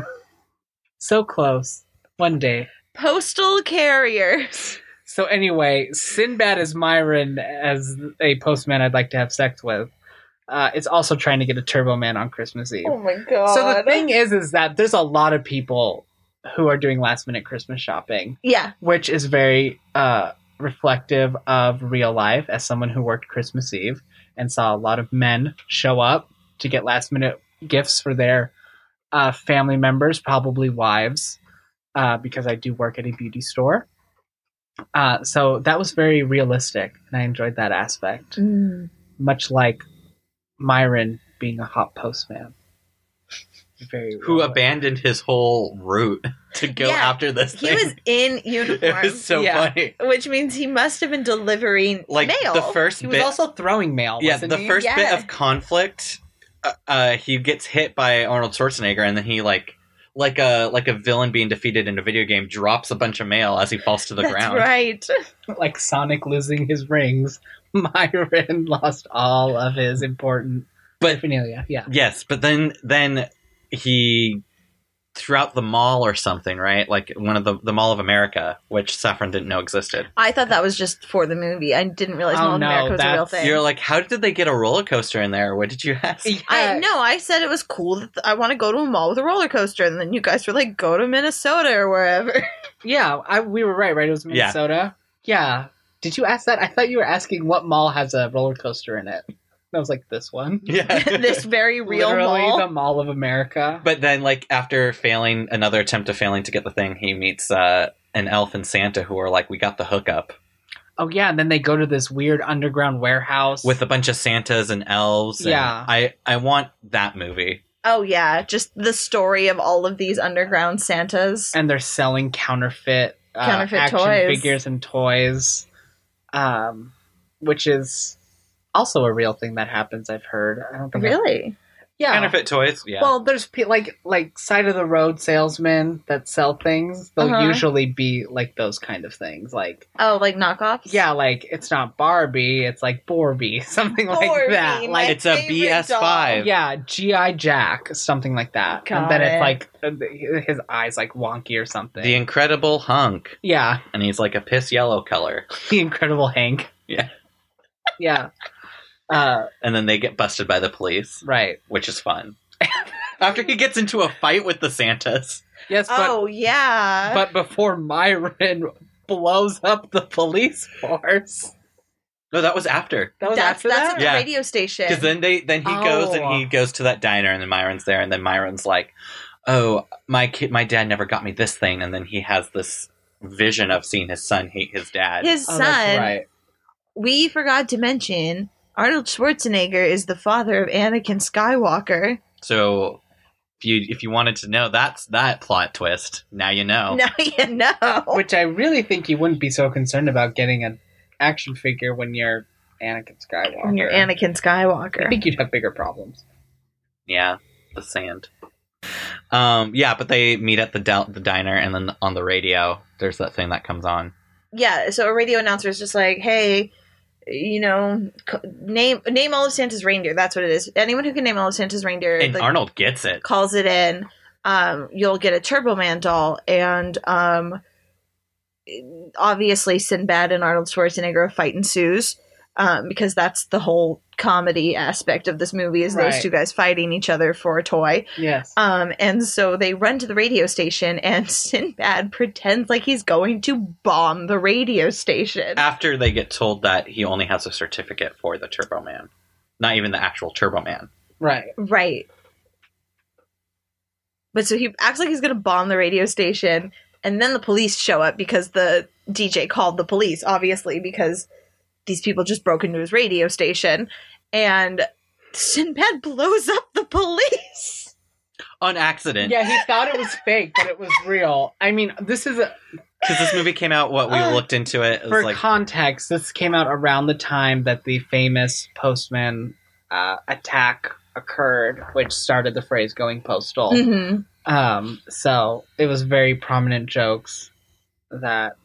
so close. One day. Postal carriers. So anyway, Sinbad as Myron as a postman I'd like to have sex with. Uh, is also trying to get a Turbo Man on Christmas Eve. Oh my god. So the thing is, is that there's a lot of people who are doing last minute Christmas shopping, Yeah. which is very uh, reflective of real life as someone who worked Christmas Eve and saw a lot of men show up to get last minute gifts for their uh, family members, probably wives, uh, because I do work at a beauty store. Uh, so that was very realistic, and I enjoyed that aspect, Mm. much like Myron being a hot postman. Very Who real. abandoned his whole route to go Yeah, after this He thing? was in it uniform, was so Yeah. funny. which means he must have been delivering Like mail. the first He was bit, also throwing mail. yeah, wasn't the he? first bit Yeah. of conflict, uh, uh, he gets hit by Arnold Schwarzenegger, and then he like. Like a like a villain being defeated in a video game drops a bunch of mail as he falls to the That's ground. right. like Sonic losing his rings, Myron lost all of his important But- paraphernalia. Yeah, Yes, but then then he throughout the mall or something, right? Like one of the the Mall of America, which Saffron didn't know existed. I thought that was just for the movie. I didn't realize Oh, Mall of no, America was a real that's- thing. You're like, how did they get a roller coaster in there? What did you ask? I no, I said it was cool. That I want to go to a mall with a roller coaster, and then you guys were like, "Go to Minnesota or wherever." Yeah, I, we were right. Right, it was Yeah. Minnesota. Yeah. Did you ask that? I thought you were asking what mall has a roller coaster in it. And I was like, this one. Yeah. this very real Literally mall. the Mall of America. but then like after failing another attempt of failing to get the thing, he meets uh an elf and Santa who are like, We got the hookup oh yeah, and then they go to this weird underground warehouse with a bunch of Santas and elves. and Yeah. I, I want that movie. oh yeah, just the story of all of these underground Santas. and they're selling counterfeit, uh, Counterfeit action toys. figures and toys, um, which is also a real thing that happens. I've heard. I don't think. I- really? yeah. Counterfeit toys. Yeah. Well, there's pe- like like side of the road salesmen that sell things. They'll Uh-huh. usually be like those kind of things. Like Oh, like knockoffs? yeah, like it's not Barbie, it's like Borby, something like Barbie, that. my Like It's a favorite BS5. doll. yeah, GI Jack, something like that. Got and then it. it's like uh, his eyes like wonky or something. the Incredible Hunk. yeah, And he's like a piss yellow color. the Incredible Hank. Yeah. yeah. Uh, And then they get busted by the police. right. which is fun. After he gets into a fight with the Santas, Yes, but oh yeah. but before Myron blows up the police force. no, that was after. That was that's after that's that. at the Yeah. radio station. Because then they then he goes and Oh. he goes to that diner, and then Myron's there, and then Myron's like, "Oh, my kid, my dad never got me this thing," and then he has this vision of seeing his son hate his dad. His Oh, that's son, right. we forgot to mention, Arnold Schwarzenegger is the father of Anakin Skywalker. so. If you, if you wanted to know that's that plot twist now you know Now you know. Which I really think you wouldn't be so concerned about getting an action figure when you're Anakin Skywalker. And you're Anakin Skywalker. I think you'd have bigger problems. yeah the sand um yeah but they meet at the del- the diner and then on the radio there's that thing that comes on yeah so a radio announcer is just like hey you know c- name name all of santa's reindeer that's what it is anyone who can name all of santa's reindeer and like, Arnold gets it calls it in um, you'll get a turbo man doll and um, obviously sinbad and arnold schwarzenegger a fight ensues um, because that's the whole comedy aspect of this movie is those Right. two guys fighting each other for a toy Yes. um, and so they run to the radio station, and Sinbad pretends like he's going to bomb the radio station. after they get told that he only has a certificate for the Turbo Man, not even the actual Turbo Man. right. right. But so he acts like he's going to bomb the radio station, and then the police show up because the DJ called the police, obviously, because these people just broke into his radio station, and Sinbad blows up the police. On accident, Yeah, he thought it was fake, but it was real. I mean, this is a, because this movie came out. What we Uh, looked into it, it for was like context. This came out around the time that the famous postman uh, attack occurred, which started the phrase "going postal." Mm-hmm. Um, so it was very prominent jokes that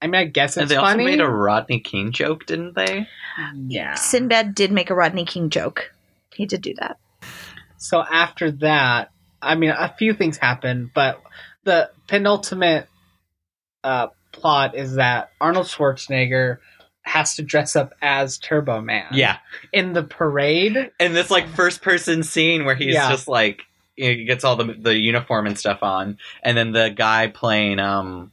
I mean, I guess and it's they also funny. made a Rodney King joke, didn't they? yeah. Sinbad did make a Rodney King joke. He did do that. So after that, I mean, a few things happen, but the penultimate uh, plot is that Arnold Schwarzenegger has to dress up as Turbo Man. Yeah, In the parade. and this like first person scene where he's Yeah. just like you know, he gets all the the uniform and stuff on, and then the guy playing um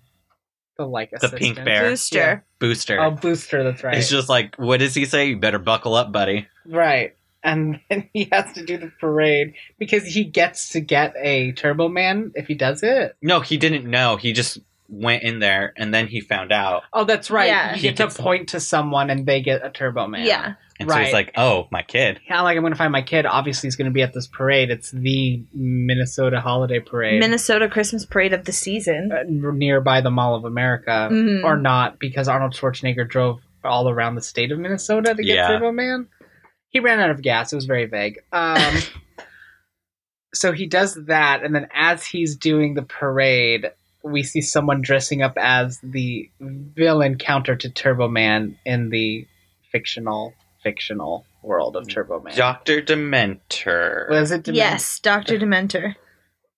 the like The assistant. pink bear. Booster. Booster. Oh, booster. That's right. It's just like, what does he say? You better buckle up, buddy. Right. And then he has to do the parade because he gets to get a Turbo Man if he does it. No, he didn't know. He just went in there and then he found out. Oh, that's right. Yeah. You He get to gets- point to someone and they get a Turbo Man. Yeah. And so he's Right. like, oh, my kid. Yeah, like I'm going to find my kid. Obviously, he's going to be at this parade. It's the Minnesota Holiday Parade Minnesota Christmas parade of the season. uh, nearby the Mall of America, Mhm. or not, because Arnold Schwarzenegger drove all around the state of Minnesota to get Yeah. Turbo Man. He ran out of gas. It was very vague. Um, so he does that, and then as he's doing the parade, we see someone dressing up as the villain counter to Turbo Man in the fictional fictional world of Turbo Man. Dr. Dementor. Was it Demen- Yes, Dr. Dementor.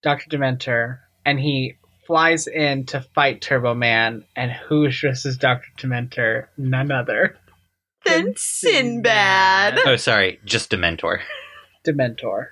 Dr. Dementor, and he flies in to fight Turbo Man, and who is dressed as Dr. Dementor? None other. Then Sinbad. oh, sorry. Just Dementor. Dementor.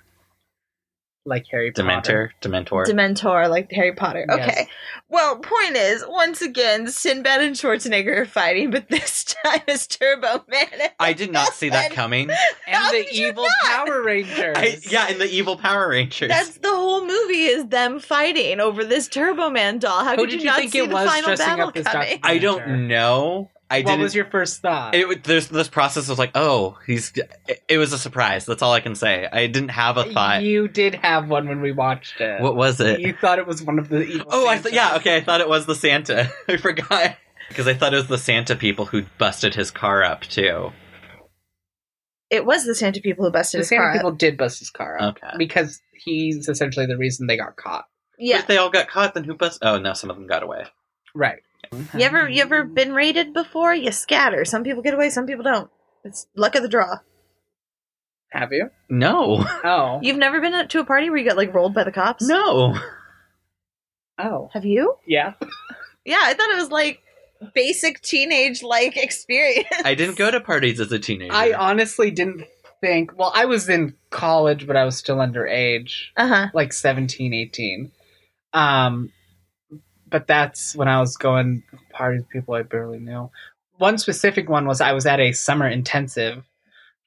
Like Harry Potter. Dementor. Dementor. Dementor, like Harry Potter. Yes. Okay. Well, point is, once again, Sinbad and Schwarzenegger are fighting, but this time it's Turbo Man. I did not see that coming. How And the did you evil not? Power Rangers. I, yeah, in the evil Power Rangers. That's the whole movie is them fighting over this Turbo Man doll. How Who could did you you, not think see it the was final dressing battle up as Dr. coming? I Dementor. don't know. I what didn't. was your first thought? it, there's this process of like, oh, he's. It, it was a surprise. That's all I can say. I didn't have a thought. You did have one when we watched it. what was it? You thought it was one of the evil. Oh, I thought yeah, Santas. okay, I thought it was the Santa. I forgot because I thought it was the Santa people who busted his car up too. It was the Santa people who busted The his Santa car. people did bust his car up Okay. because he's essentially the reason they got caught. Yeah. If they all got caught, then who bust? Oh no, some of them got away. Right. You ever you ever been raided before? You scatter. Some people get away, some people don't. It's luck of the draw. Have you? No, Oh. You've never been at- to a party where you got like rolled by the cops? no. Oh. Have you? Yeah. Yeah, I thought it was like basic teenage like experience. I didn't go to parties as a teenager. I honestly didn't think. Well, I was in college, but I was still underage, Uh huh. like 17, 18. Um, but that's when I was going to parties with people I barely knew. One specific one was I was at a summer intensive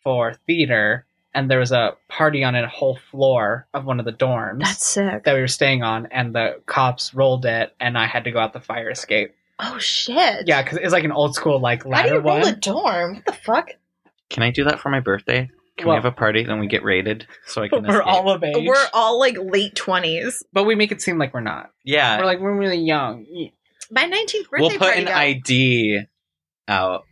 for theater, and there was a party on a whole floor of one of the dorms That's sick. that we were staying on, and the cops rolled it, and I had to go out the fire escape. Oh shit. Yeah, because it's like an old school like How do ladder you roll one. a dorm? What the fuck? Can I do that for my birthday? Can Well- we have a party then we get raided so I can? we're escape? all of age. We're all like late twenties. but we make it seem like we're not. yeah. We're like we're really young. My nineteenth birthday We'll put party. an got- ID out.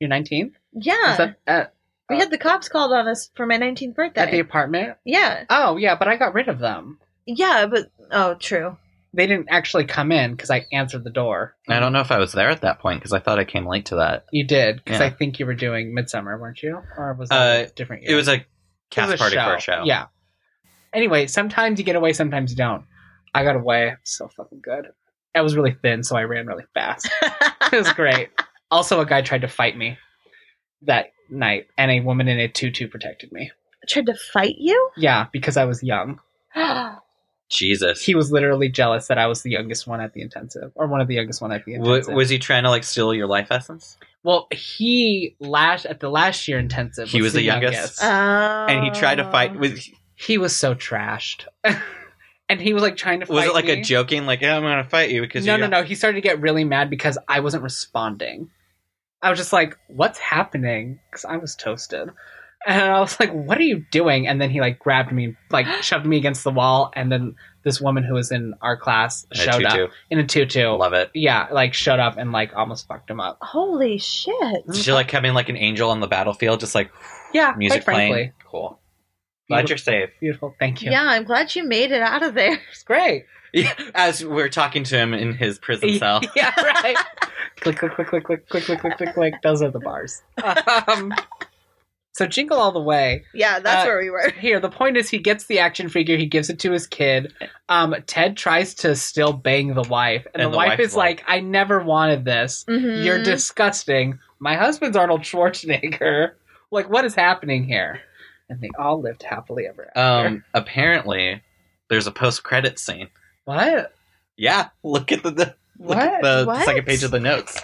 You're 19. yeah, Is that at, we had the cops called on us for my nineteenth birthday. at the apartment? yeah, Oh yeah, but I got rid of them. yeah, but oh, true. They didn't actually come in because I answered the door. I don't know if I was there at that point because I thought I came late to that. You did because Yeah. I think you were doing Midsummer, weren't you? Or was that Uh, a different? It was a It was cast party for a show. Yeah. Anyway, sometimes you get away, sometimes you don't. I got away. So fucking good. I was really thin, so I ran really fast. it was great. Also, a guy tried to fight me that night, and a woman in a tutu protected me. Tried to fight you. Yeah, because I was young. Jesus. He was literally jealous that I was the youngest one at the intensive, or one of the youngest one at the W- intensive. was he trying to like steal your life essence? well, he last at the last year intensive. He was the youngest? Oh. and he tried to fight. Was, He was so trashed, and he was like trying to. was fight it like me. a joking, like "Yeah, I'm gonna fight you because No, you no, no. He started to get really mad because I wasn't responding. I was just like, "What's happening?" Because I was toasted, and I was like, "What are you doing?" And then he like grabbed me, like shoved me against the wall, and then this woman who was in our class A showed up tutu. in a tutu. Love it. Yeah, like showed up and like almost fucked him up. Holy Mm, shit! Did she like come in like an angel on the battlefield, just like Yeah, quite music frankly, playing? Cool. Glad you're safe. beautiful. Thank you. Yeah, I'm glad you made it out of there. it's great. Yeah, As we're talking to him in his prison cell, Yeah, right. click, click, click, click, click, click, click, click, click, click. Those are the bars. Um, so jingle all the way. Yeah, that's Uh, where we were. here the point is he gets the action figure he gives it to his kid um ted tries to still bang the wife and, the, wife, is like i never wanted this Mhm. you're disgusting my husband's arnold schwarzenegger like what is happening here and they all lived happily ever after um, apparently there's a post credit scene. what Yeah, look at the, the Look at What? the What? second page of the notes.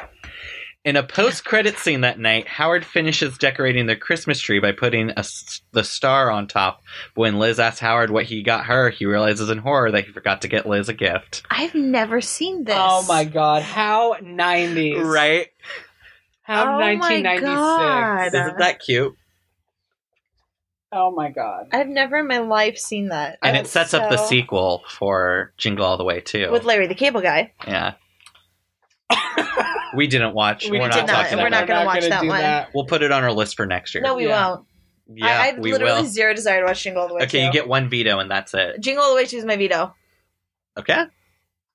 In a post-credit scene that night, Howard finishes decorating their Christmas tree by putting a s the star on top. But when Liz asks Howard what he got her, he realizes in horror that he forgot to get Liz a gift. I've never seen this. Oh my god, how 90s. Right? How Oh my 1996. God. Isn't that cute? Oh my god. I've never in my life seen that. And I it was sets up the so- sequel for Jingle All the Way too. with Larry the Cable Guy. yeah. we didn't watch. We We are did not not, talking and about we're not it. gonna watch gonna that do one. We'll put it on our list for next year. No, we Yeah. won't. yeah, I, I have we literally will. zero desire to watch Jingle All the Way. Okay, you Two. get one veto and that's it. Jingle All the Way Two is my veto. Okay.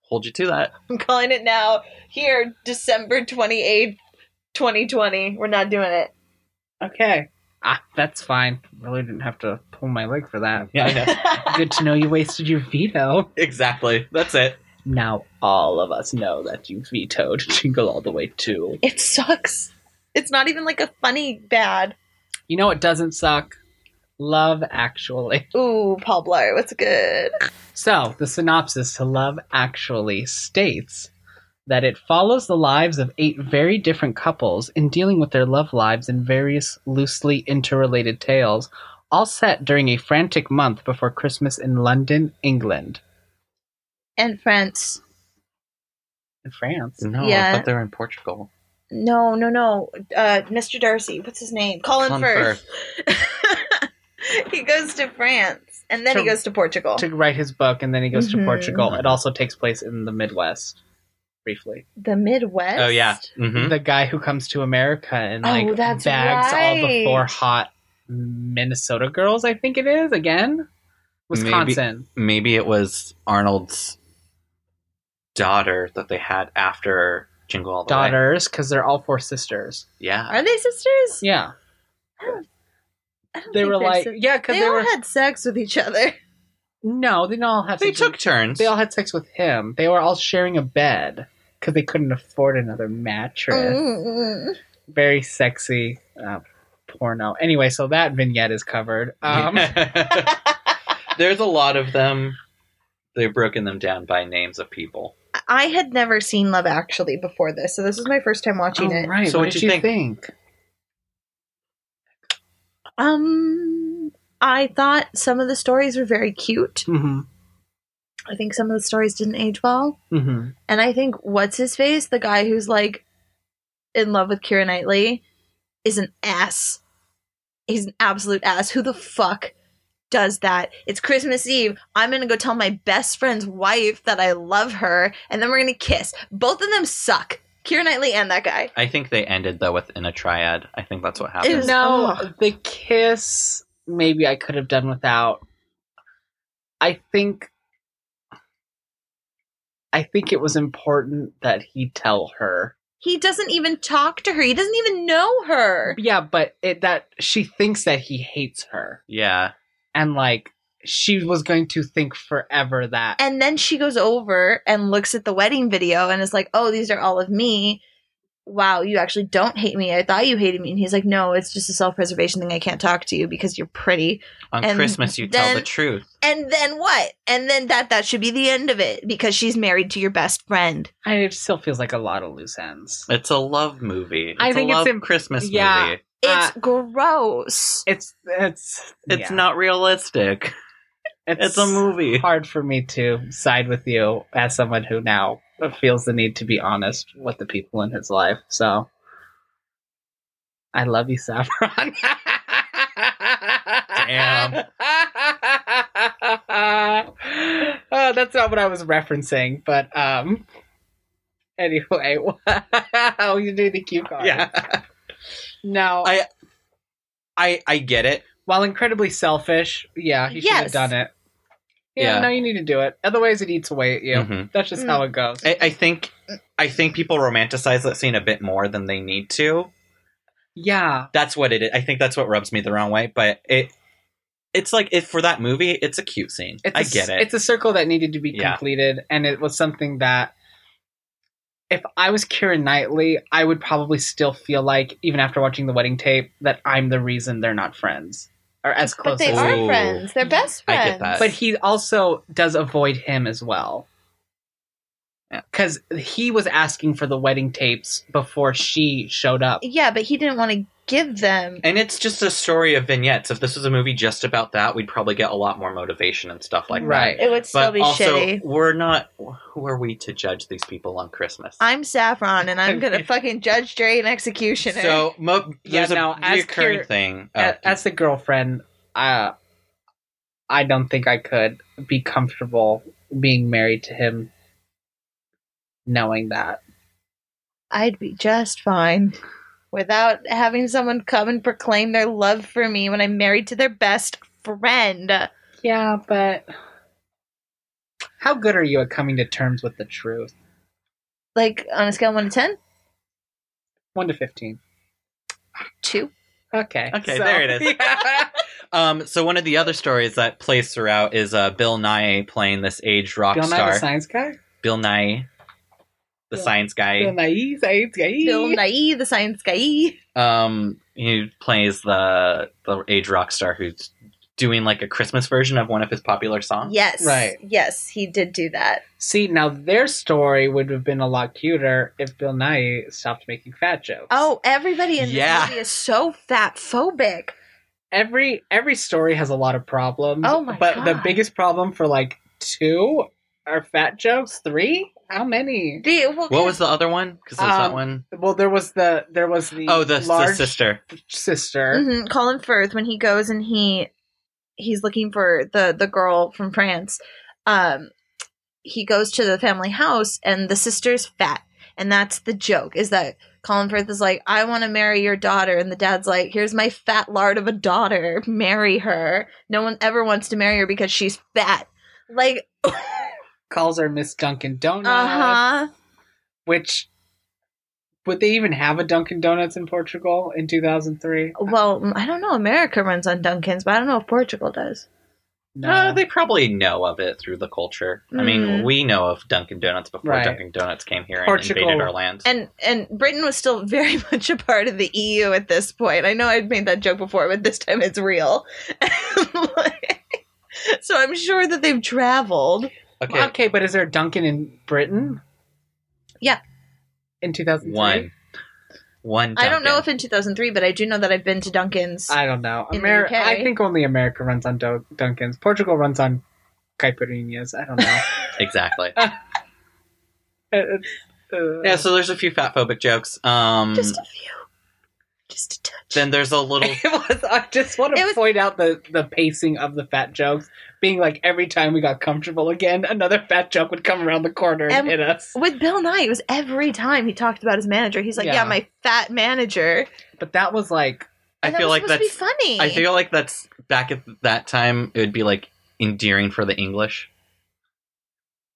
Hold you to that. I'm calling it now. Here, December twenty eighth, twenty twenty. We're not doing it. Okay. Ah, that's fine. Really didn't have to pull my leg for that. Yeah, I know. Good to know you wasted your veto. exactly. That's it. Now all of us know that you vetoed Jingle All the Way too. it sucks. It's not even like a funny bad. You know what doesn't suck? Love Actually. Ooh, Paul Blart. What's good? So, the synopsis to Love Actually states that it follows the lives of eight very different couples in dealing with their love lives in various loosely interrelated tales, all set during a frantic month before Christmas in London, England. And France. In France. No, Yeah. I thought they were in Portugal. No, no, no. Uh, Mr. Darcy. What's his name? Colin, Colin Firth. he goes to France, and then To- he goes to Portugal. To write his book, and then he goes to Mhm. Portugal. It also takes place in the Midwest, briefly. the Midwest. Oh yeah. hmm The guy who comes to America and Oh, like that's bags all the right. four hot Minnesota girls, I think it is again, Maybe. Wisconsin. Maybe it was Arnold's daughter that they had after Jingle All the Way. daughters because they're all four sisters. Yeah. Are they sisters? Yeah, I don't they think were they're like sis- yeah because they, they, all were had sex with each other. no they didn't all have They sex took with, turns. they all had sex with him. They were all sharing a bed because they couldn't afford another mattress. Mm-mm. Very sexy uh, porno. Anyway, so that vignette is covered. Um, There's a lot of them. They've broken them down by names of people. I had never seen Love Actually before this, so this was my first time watching all it. Oh, right, So what what'd did you you think? think? Um, I thought some of the stories were very cute. Mm-hmm. I think some of the stories didn't age well, Mm-hmm. and I think what's his face, the guy who's like in love with Kira Knightley, is an ass. He's an absolute ass. Who the fuck? Does that. It's Christmas Eve. I'm going to go tell my best friend's wife that I love her, and then we're going to kiss. Both of them suck. Kira Knightley and that guy. I think they ended though within a triad. I think that's what It happened. was- No, ugh. oh, the kiss maybe I could have done without. I think I think it was important that he tell her. He doesn't even talk to her. He doesn't even know her. Yeah, but it that she thinks that he hates her yeah. and like she was going to think forever that And then she goes over and looks at the wedding video and is like, "Oh, these are all of me. Wow, you actually don't hate me. I thought you hated me." And he's like, "No, it's just a self-preservation thing. I can't talk to you because you're pretty." On And Christmas you tell then- the truth. And then what? And then that that should be the end of it because she's married to your best friend. I, it still feels like a lot of loose ends. It's a love movie. It's I think a it's love im- Christmas yeah. movie. It's gross. It's it's It's yeah. not realistic. It's a movie. hard for me to side with you as someone who now feels the need to be honest with the people in his life. So I love you, Saffron. Damn. oh, that's not what I was referencing, but um anyway, wow, you do the cue card. Yeah. No. I- I I get it. While incredibly selfish, yeah, he should have Yes. done it. Yeah, Yeah. no, you need to do it. Otherwise, it eats away at you. Mhm. That's just Mm. how it goes. I, I think I think people romanticize that scene a bit more than they need to. yeah, That's what it is. I think that's what rubs me the wrong way, but it it's like if for that movie, it's a cute scene. it's I a- get it. It's a circle that needed to be Yeah. completed, and it was something that, if I was Kira Knightley, I would probably still feel like, even after watching the wedding tape, that I'm the reason they're not friends or as close. But they as are Ooh. friends. They're best I friends. get that. But he also does avoid him as well. because he was asking for the wedding tapes before she showed up. Yeah, but he didn't want to give them. And it's just a story of vignettes. If this was a movie just about that, we'd probably get a lot more motivation and stuff like Right. It would that. still But be also, shitty. we're not. Who are we to judge these people on Christmas? I'm Saffron, and I'm gonna fucking judge Dre and executioner. so mo- Yeah, there's no, a as recurring Kier- thing. A- of- As the girlfriend, I I don't think I could be comfortable being married to him, knowing that. I'd be just fine without having someone come and proclaim their love for me when I'm married to their best friend. Yeah, but how good are you at coming to terms with the truth? Like on a scale of one to ten, One to fifteen. two. Okay. Okay, there it is. um, so one of the other stories that plays throughout is uh, Bill Nye playing this aged rock Bill Nye star. the Science Guy. Bill Nye, the Bill- science guy. Bill Nye Science Guy. Bill Nye, the science guy. Um, he plays the the age rock star who's doing like a Christmas version of one of his popular songs. Yes, Right. Yes, he did do that. See, now their story would have been a lot cuter if Bill Nye stopped making fat jokes. Oh, everybody in Yeah. this movie is so fat phobic. every every story has a lot of problems. Oh my But the God. biggest problem for like two are fat jokes. Three? How many? The, well, What was the other one? Because there's that Um, one. Well, there was the there was the Oh, the, the large sister. sister. Mhm, Colin Firth when he goes and he he's looking for the the girl from France. Um, he goes to the family house and the sister's fat, and that's the joke is that Colin Firth is like, "I want to marry your daughter," and the dad's like, "Here's my fat lard of a daughter, marry her." No one ever wants to marry her because she's fat. Like, uh Calls her Miss Dunkin' Donuts. huh. Which would they even have a Dunkin' Donuts in Portugal in two thousand three? Well, I don't know. America runs on Dunkin's, but I don't know if Portugal does. No. Mm. No, Uh, Uh, they probably know of it through the culture. I mean, Mhm. we know of Dunkin' Donuts before Right. Dunkin' Donuts came here and Portugal. invaded our lands. and and Britain was still very much a part of the EU at this point. I know I'd made that joke before, but this time it's real. so I'm sure that they've traveled. okay, okay. but is there a Dunkin' in Britain? Yeah. In two thousand three? one, one. I don't know if Dunkin'. in 2003, but I do know that I've been to Duncan's. I don't know. In the America, UK. I think only America runs on Dun- Dunkin's. Portugal runs on caipirinhas. I don't know. exactly. Uh, uh, yeah, so there's a few fatphobic jokes. Um, just a few, just a touch. then there's a little. it was. I just want to It was- point out the the pacing of the fat jokes being like every time we got comfortable again, another fat joke would come around the corner and And- hit us. With Bill Nye, it was every time he talked about his manager. He's like, Yeah. "Yeah, my fat manager." But that was like I And that feel was like supposed that's to be funny. I feel like that's back at that time. It would be like endearing for the English.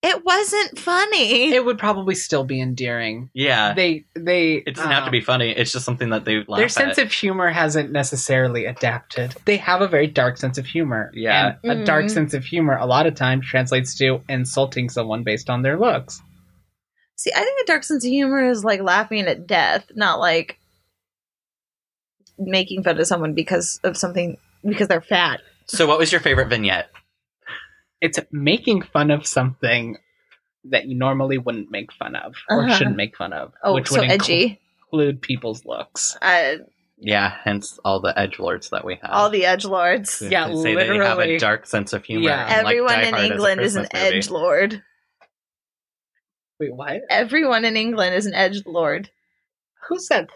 it wasn't funny. it would probably still be endearing. Yeah, They they Uh, it doesn't have to um, be funny. It's just something that they laugh Their at. sense of humor hasn't necessarily adapted. They have a very dark sense of humor. Yeah. And a dark Mhm. sense of humor a lot of times translates to insulting someone based on their looks. See, I think a dark sense of humor is like laughing at death, not like making fun of someone because of something because they're fat. so, what was your favorite vignette? It's making fun of something that you normally wouldn't make fun of or Uh-huh. shouldn't make fun of. Oh, which so would inclu- edgy. include people's looks. Uh, Yeah, hence all the edge lords that we have. all the edge lords. Who Yeah, say they have literally. a dark sense of humor. Yeah. and like Everyone Die in Hard as a England is an Christmas movie. edge lord. Wait, what? Everyone in England is an edge lord. Who's that?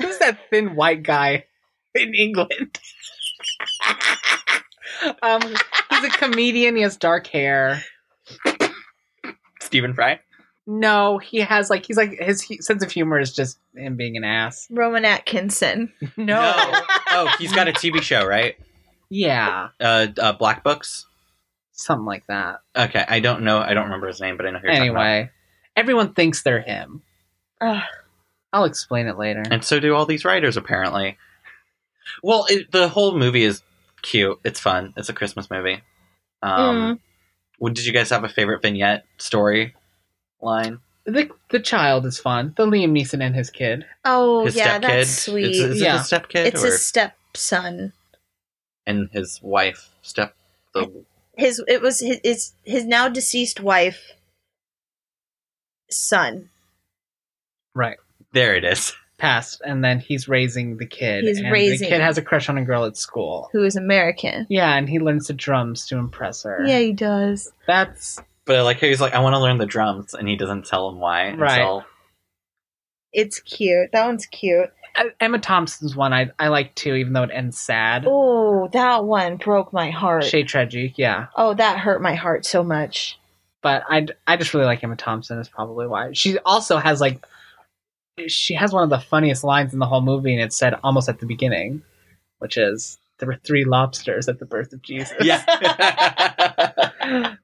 Who's that thin white guy in England? um, he's a comedian. He has dark hair. Stephen Fry. No, he has like he's like his hu- sense of humor is just him being an ass. Rowan Atkinson. oh, he's got a TV show, right? yeah, Uh, uh Black Books. something like that. Okay, I don't know. I don't remember his name, but I know who you're talking about. anyway, everyone thinks they're him. Ugh. I'll explain it later. And so do all these writers, apparently. Well, it, the whole movie is cute. It's fun. It's a Christmas movie. Um, Mm. well, Did you guys have a favorite vignette story line? The the child is fun. The Liam Neeson and his kid. Oh his yeah, stepkid? that's Is- sweet. Is, it Yeah. his stepkid? it's or, his stepson. and his wife, step. The, His it was his his, his now deceased wife son. Right. There it is. Passed, and then he's raising the kid. He's and raising- The kid has a crush on a girl at school. who is American. Yeah, and he learns the drums to impress her. Yeah, he does. That's But like he's like, I want to learn the drums, and he doesn't tell him why. Right. Until, It's cute. That one's cute. I- E-, Emma Thompson's one I, I like too, even though it ends sad. Oh, that one broke my heart. Shay Tragic, yeah. Oh, that hurt my heart so much. But I, I just really like Emma Thompson, is probably why. She also has like, she has one of the funniest lines in the whole movie, and it's said almost at the beginning, which is, there were three lobsters at the birth of Jesus. yeah.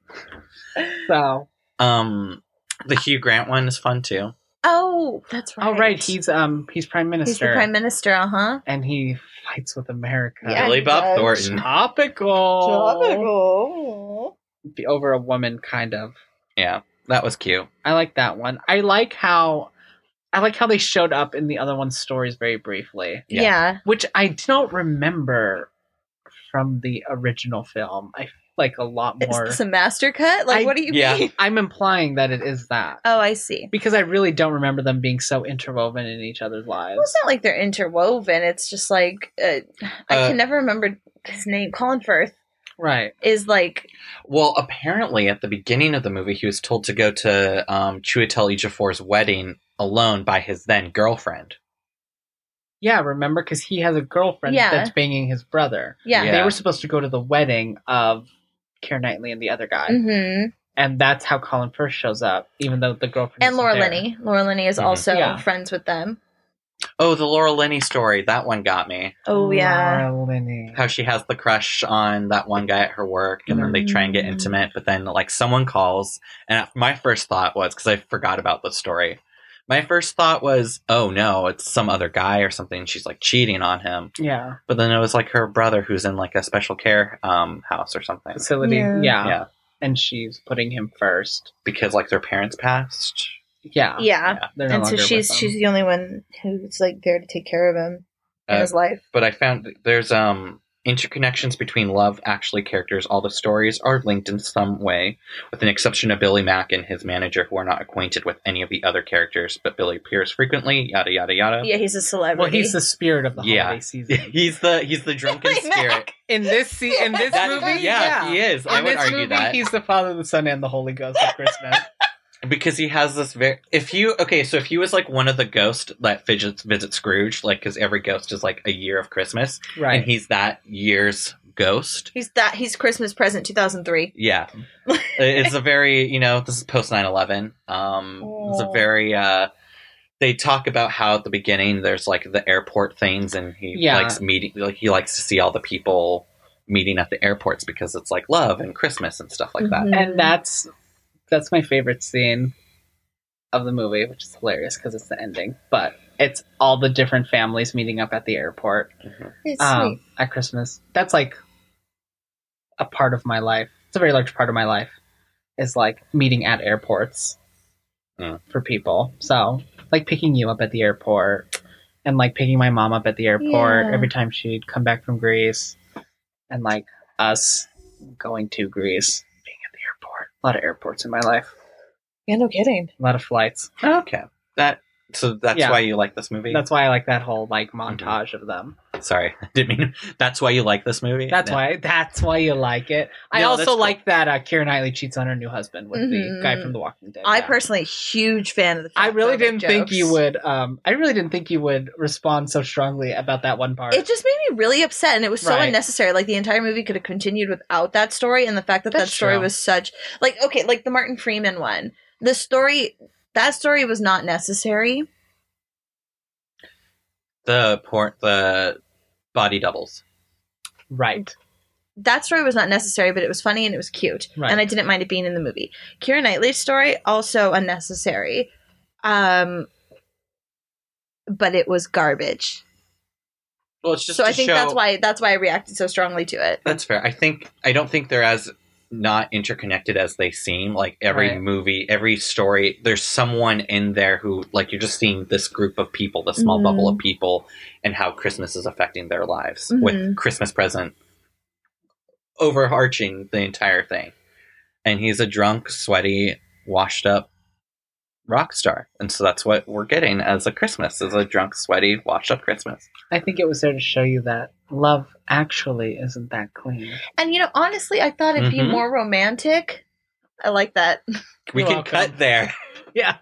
So, oh, um, the Hugh Grant one is fun too. Oh, that's right. oh right, he's um he's prime minister, He's the prime minister, uh huh. and he fights with America. Yeah, Billy he Bob does. Thornton. Topical. Oh. Be Over a woman, kind of. Yeah, that was cute. I like that one. I like how I like how they showed up in the other one's stories very briefly, Yeah. Yeah. which I don't remember from the original film. I feel like a lot Is more. this a master cut? Like, I- what do you yeah. mean? I'm implying that it is that Oh, I see. because I really don't remember them being so interwoven in each other's lives. Well, it's not like they're interwoven. It's just like, uh, I Uh, can never remember his name. Colin Firth Right. is like, Well, apparently at the beginning of the movie, he was told to go to um, Chiwetel Ejiofor's wedding alone by his then girlfriend. Yeah, remember because he has a girlfriend Yeah. that's banging his brother. yeah. Yeah. They were supposed to go to the wedding of Keira Knightley and the other guy, Mm hmm. and that's how Colin Firth shows up, even though the girlfriend And isn't Laura there. Mm-hmm. Linney. Laura Linney is Mhm. also Yeah. friends with them. Oh, the Laura Linney story. That one got me. Oh, yeah. Laura Linney. How she has the crush on that one guy at her work, and then they try and get Mhm. intimate, but then like someone calls, and my first thought was because I forgot about the story. My first thought was, oh no, it's some other guy or something. She's like cheating on him, Yeah, but then it was like her brother who's in like a special care um, house or something facility. Yeah. Yeah. Yeah. and she's putting him first. because like their parents passed. Yeah, Yeah. They're and so longer she's with him. she's the only one who's like there to take care of him in Uh, his life. but I found that there's um interconnections between love actually characters all the stories are linked in some way with an exception of billy mack and his manager who are not acquainted with any of the other characters but billy appears frequently yada yada yada Yeah, he's a celebrity. well, he's the spirit of the Yeah. holiday season. he's the he's the drunken Billy Mack. spirit In this se- in this That- movie, yeah, he is i In would this argue movie, that he's the Father, the Son, and the Holy Ghost at Christmas. because he has this very if you okay so if he was like one of the ghosts that fidgets visit scrooge like because every ghost is like a year of christmas and right. he's that year's ghost He's that he's Christmas present 2003. Yeah. It- it's a very, you know, this is post 9 11. Um, It's a very, uh, they talk about how at the beginning there's like the airport things and he Yeah. likes meeting, like he likes to see all the people meeting at the airports because it's like love and Christmas and stuff like that. Mhm. And that's that's my favorite scene of the movie, which is hilarious because it's the ending. But it's all the different families meeting up at the airport It's um, at Christmas. That's like a part of my life. It's a very large part of my life. Is like meeting at airports Mm. for people. So like picking you up at the airport and like picking my mom up at the airport Yeah. every time she'd come back from Greece and like us going to Greece, being at the airport. A lot of airports in my life. sweet. Yeah, no kidding. A lot of flights. Okay. That, so that's Yeah. why you like this movie? That's why I like that whole like montage of them. Sorry. Didn't mean, that's why you like this movie? That's Yeah. why. That's why you like it. I No, that's also cool. like that uh, Kira Knightley cheats on her new husband with the Mhm. guy from The Walking Dead. I Yeah. personally huge fan of the. I really fatphobic didn't think jokes. you would. Um, I really didn't think you would respond so strongly about that one part. It just made me really upset, and it was so Right. unnecessary. Like the entire movie could have continued without that story, and the fact that That's that story true. was such like okay, like the Martin Freeman one. The story that story was not necessary. The port, the body doubles. right, that story was not necessary, but it was funny and it was cute, Right. and I didn't mind it being in the movie. Kira Knightley's story also unnecessary, um, but it was garbage. Well, it's just so to I think show- that's why that's why I reacted so strongly to it. That's fair. I think I don't think they're as not interconnected as they seem. Like every Right. movie, every story, there's someone in there who like you're just seeing this group of people, this small Mm-hmm. Mhm. bubble of people, and how Christmas is affecting their lives with Mm-hmm. Mhm. Christmas present overarching the entire thing. And he's a drunk, sweaty, washed up rock star, and so that's what we're getting as a Christmas, as a drunk, sweaty, washed up Christmas. I think it was there to show you that love actually isn't that clean. And you know, honestly, I thought it'd Mhm. be more romantic. I like that. We You're can welcome. cut there. Yeah.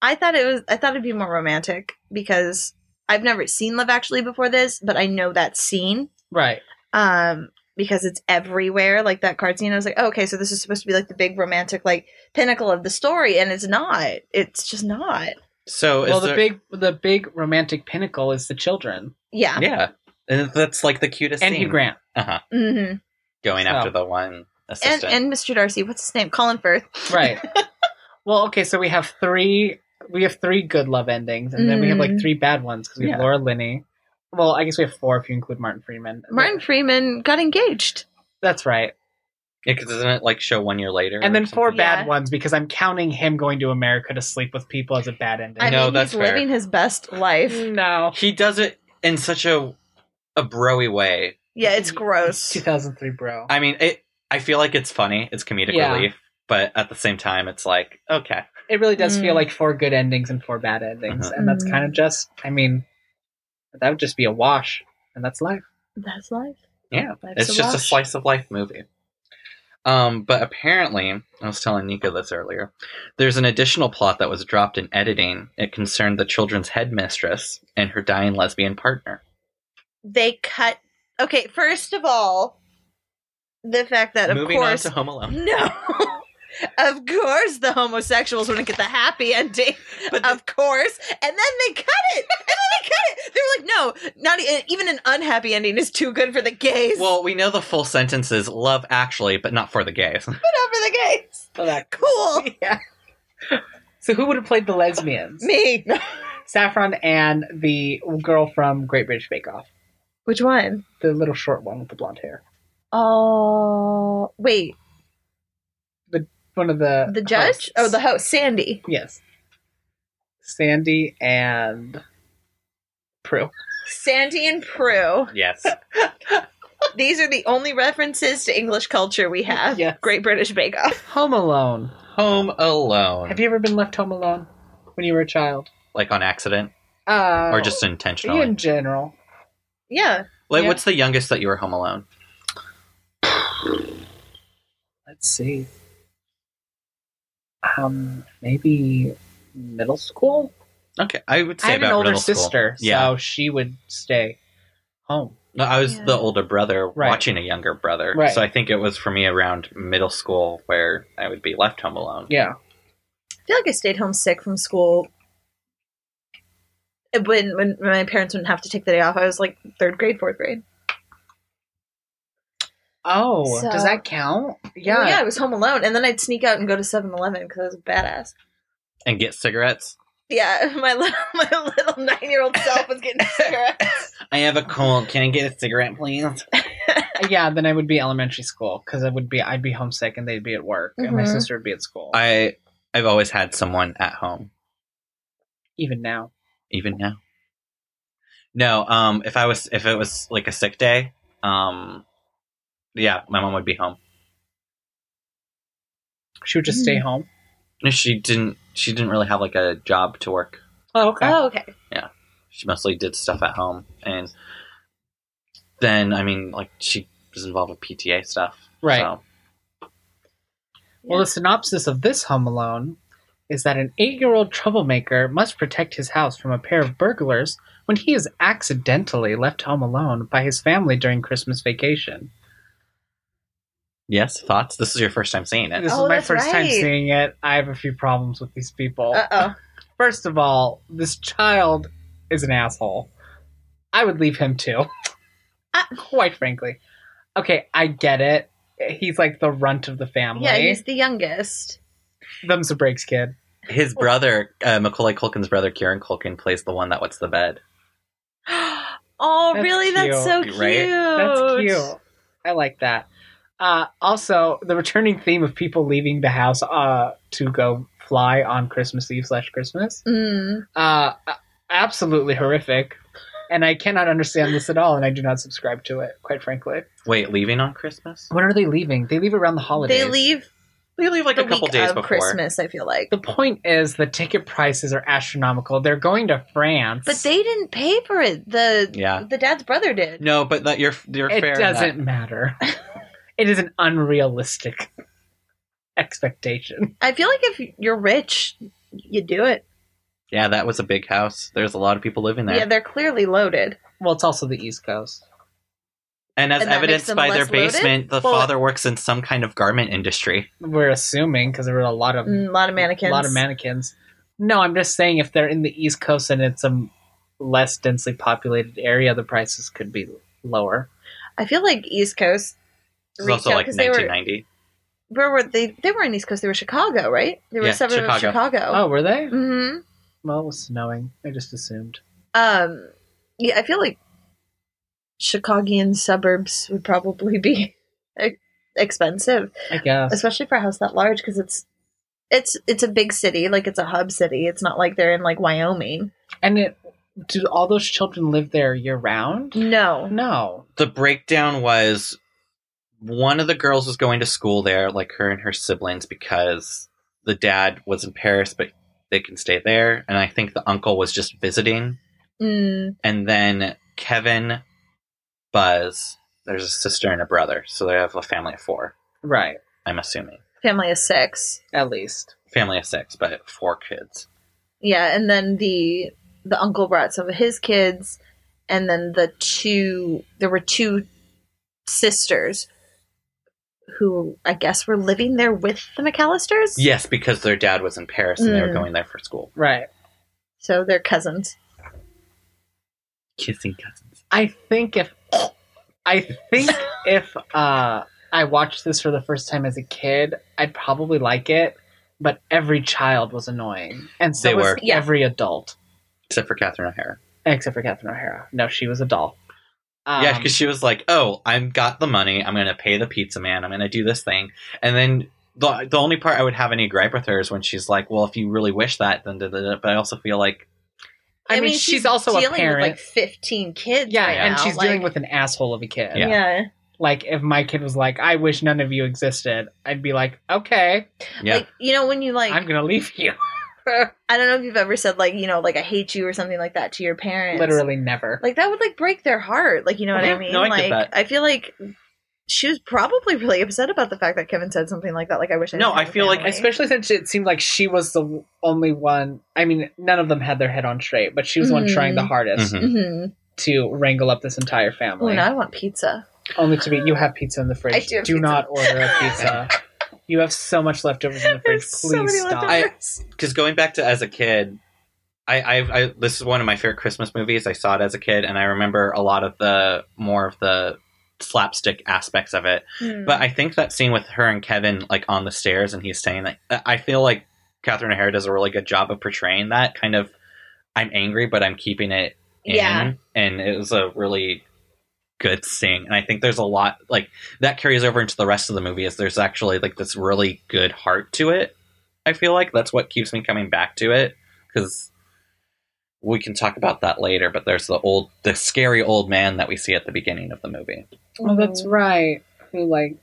I thought it was. I thought it'd be more romantic because I've never seen Love Actually before this, but I know that scene Right. um, because it's everywhere. Like that card scene, I was like, oh, okay, so this is supposed to be like the big romantic, like pinnacle of the story, and it's not. It's just not. So well, is the there- big the big romantic pinnacle is the children Yeah. yeah, and that's like the cutest. and scene. Hugh Grant. uh-huh. hmm going So- after the one And assistant. and Mr. Darcy, what's his name? Colin Firth. Right. well, okay, so we have three we have three good love endings, and then we have like Mhm. three bad ones because we have Yeah. Laura Linney. Well, I guess we have four if you include Martin Freeman. Martin Freeman got engaged. That's right. Yeah, because doesn't it like show one year later? And or then four something. Yeah. bad ones because I'm counting him going to America to sleep with people as a bad ending. I No, mean, that's he's fair. living his best life. no. something? He does it in such a a broy way. Yeah, it's gross. 2003, bro. I mean, it. I feel like it's funny. It's comedic Yeah. relief, but at the same time, it's like okay, it really does feel Mm. like four good endings and four bad endings, Uh-huh. and that's Mm. kind of just. I mean, that would just be a wash, and that's life. That's life. yeah, Life's it's just a wash. slice of life movie. Um, but apparently, I was telling Nika this earlier. There's an additional plot that was dropped in editing. It concerned the children's headmistress and her dying lesbian partner. they cut okay first of all the fact that of Moving course on to Home Alone, no of course the homosexuals wouldn't get the happy ending of course and then they cut it and then they cut it they were like no not e- even an unhappy ending is too good for the gays Well, we know the full sentence is "Love Actually," but not for the gays. but not for the gays So that cool yeah. So who would have played the lesbians? me Saffron and the girl from Great British Bake Off, which one the little short one with the blonde hair, oh wait one of the the judge hosts. oh the host sandy yes, Sandy and Prue. sandy and prue yes. these are the only references to english culture we have Yes. great british bake off Home Alone. Home Alone. Have you ever been left home alone when you were a child, like on accident uh, or just intentionally? in general? Yeah. like, yeah. what's the youngest that you were home alone? Let's see. Um, maybe middle school. Okay, I would say I had about an older middle school. sister, Yeah, so she would stay home. no, I was Yeah. the older brother Right. watching a younger brother. Right. So I think it was for me around middle school where I would be left home alone. Yeah, I feel like I stayed home sick from school. Uh, When, when my parents wouldn't have to take the day off, I was like third grade, fourth grade. Oh, So- does that count? Yeah. Well, yeah, I was home alone. And then I'd sneak out and go to 7 Eleven because I was a badass. And get cigarettes. Yeah, my little, my little nine year old self was getting cigarettes. I have a cold. Can I get a cigarette, please? Yeah, Then I would be elementary school because I would be I'd be homesick and they'd be at work and my Mhm. sister would be at school. I I've always had someone at home. Even now, even now. No, um, if I was if it was like a sick day, um, yeah, my mom would be home. she would just Mm-hmm. stay home. No, She didn't. She didn't really have like a job to work. Oh, okay. Oh, okay. She mostly did stuff at home, and then I mean, like she was involved with PTA stuff. Right. So, Well, the synopsis of this Home Alone is that an eight year old troublemaker must protect his house from a pair of burglars when he is accidentally left home alone by his family during Christmas vacation. yes, thoughts. This is your first time seeing it. This Oh, is my that's first time right. seeing it. I have a few problems with these people. Uh oh. First of all, this child is an asshole. I would leave him too. Ah. Quite frankly. Okay, I get it. He's like the runt of the family. Yeah, he's the youngest. Thumbs the brakes, kid. His brother, uh, Macaulay Culkin's brother, Kieran Culkin, plays the one that wets the bed. Oh, That's really? That's so cute. cute. Right? That's cute. I like that. Uh, also, the returning theme of people leaving the house uh, to go fly on Christmas Eve slash Christmas. Mm. Uh, absolutely horrific. And I cannot understand this at all, and I do not subscribe to it, quite frankly. Wait, leaving on Christmas? When are they leaving? They leave around the holidays. They leave They leave like the a couple week days of before. Christmas, I feel like. The point is, the ticket prices are astronomical. They're going to France. But they didn't pay for it. The Yeah. the dad's brother did. No, but that you're you're it fair. in that. doesn't matter. it is an unrealistic expectation. I feel like if you're rich, you do it. Yeah, that was a big house. There's a lot of people living there. Yeah, they're clearly loaded. Well, it's also the East Coast. and as And that makes evidenced them by their less loaded? basement, the Well- father works in some kind of garment industry. We're assuming because there were a lot of Mm, a lot of mannequins. a lot of mannequins. No, I'm just saying if they're in the East Coast and it's a less densely populated area, the prices could be lower. I feel like East Coast. It's also retail- like 'cause they were 1990. where were they? They were in East Coast. They were Chicago, right? They were Yeah, a suburb of Chicago. Chicago. Oh, were they? hmm Well, it was snowing. I just assumed. Um, yeah, I feel like Chicagoan suburbs would probably be e- expensive, I guess. especially for a house that large, because it's it's it's a big city, like it's a hub city. It's not like they're in like Wyoming. And it do all those children live there year round? No, No. The breakdown was one of the girls was going to school there, like her and her siblings, because the dad was in Paris, but they can stay there. And I think the uncle was just visiting. mm, And then Kevin, Buzz, there's a sister and a brother, so they have a family of four. Right. I'm assuming family of six. At least. family of six, but four kids. Yeah, and then the the uncle brought some of his kids, and then the two there were two sisters who I guess were living there with the McAllisters. Yes, because their dad was in Paris and they were Mm. going there for school. Right. So they're cousins. Kissing cousins. I think if I think if uh I watched this for the first time as a kid, I'd probably like it, but every child was annoying. And so They was were. Yeah. every adult. Except for Catherine O'Hara. Except for Catherine O'Hara. No, she was a doll. Yeah, Um, 'cause yeah, because she was like, "Oh, I've got the money. I'm gonna pay the pizza man. I'm gonna do this thing." And then the the only part I would have any gripe with her is when she's like, "Well, if you really wish that, then." Da, da, da. But I also feel like I, mean, she's, also a dealing parent. with like fifteen kids. yeah, right and now, she's like- dealing with an asshole of a kid. Yeah. yeah. Like if my kid was like, "I wish none of you existed," I'd be like, "Okay, yeah, Like you know when you like I'm gonna leave you." I don't know if you've ever said like you know like I hate you or something like that to your parents. Literally never. like that would like break their heart like you know what Yeah, i mean no, I like get that. i feel like she was probably really upset about the fact that kevin said something like that like i wish i No, didn't I have a feel like- family. Especially since it seemed like she was the only one. I mean, none of them had their head on straight, but she was the one Mhm. trying the hardest Mhm. Mhm. to wrangle up this entire Ooh, family. now I want pizza. Only to be, you have pizza in the fridge. I do have do pizza. not order a pizza. you have so much leftovers in the fridge. There's Please so many stop. leftovers. because going back to as a kid, I, I, I this is one of my favorite Christmas movies. I saw it as a kid, and I remember a lot of the more of the slapstick aspects of it. Hmm. But I think that scene with her and Kevin, like on the stairs, and he's saying that uh, I feel like Catherine O'Hara does a really good job of portraying that kind of. I'm angry, but I'm keeping it in, Yeah. and it was a really good scene. And I think there's a lot like that carries over into the rest of the movie. Is there's actually like this really good heart to it. I feel like that's what keeps me coming back to it because we can talk about that later. But there's the old, the scary old man that we see at the beginning of the movie. Oh, that's right. Who like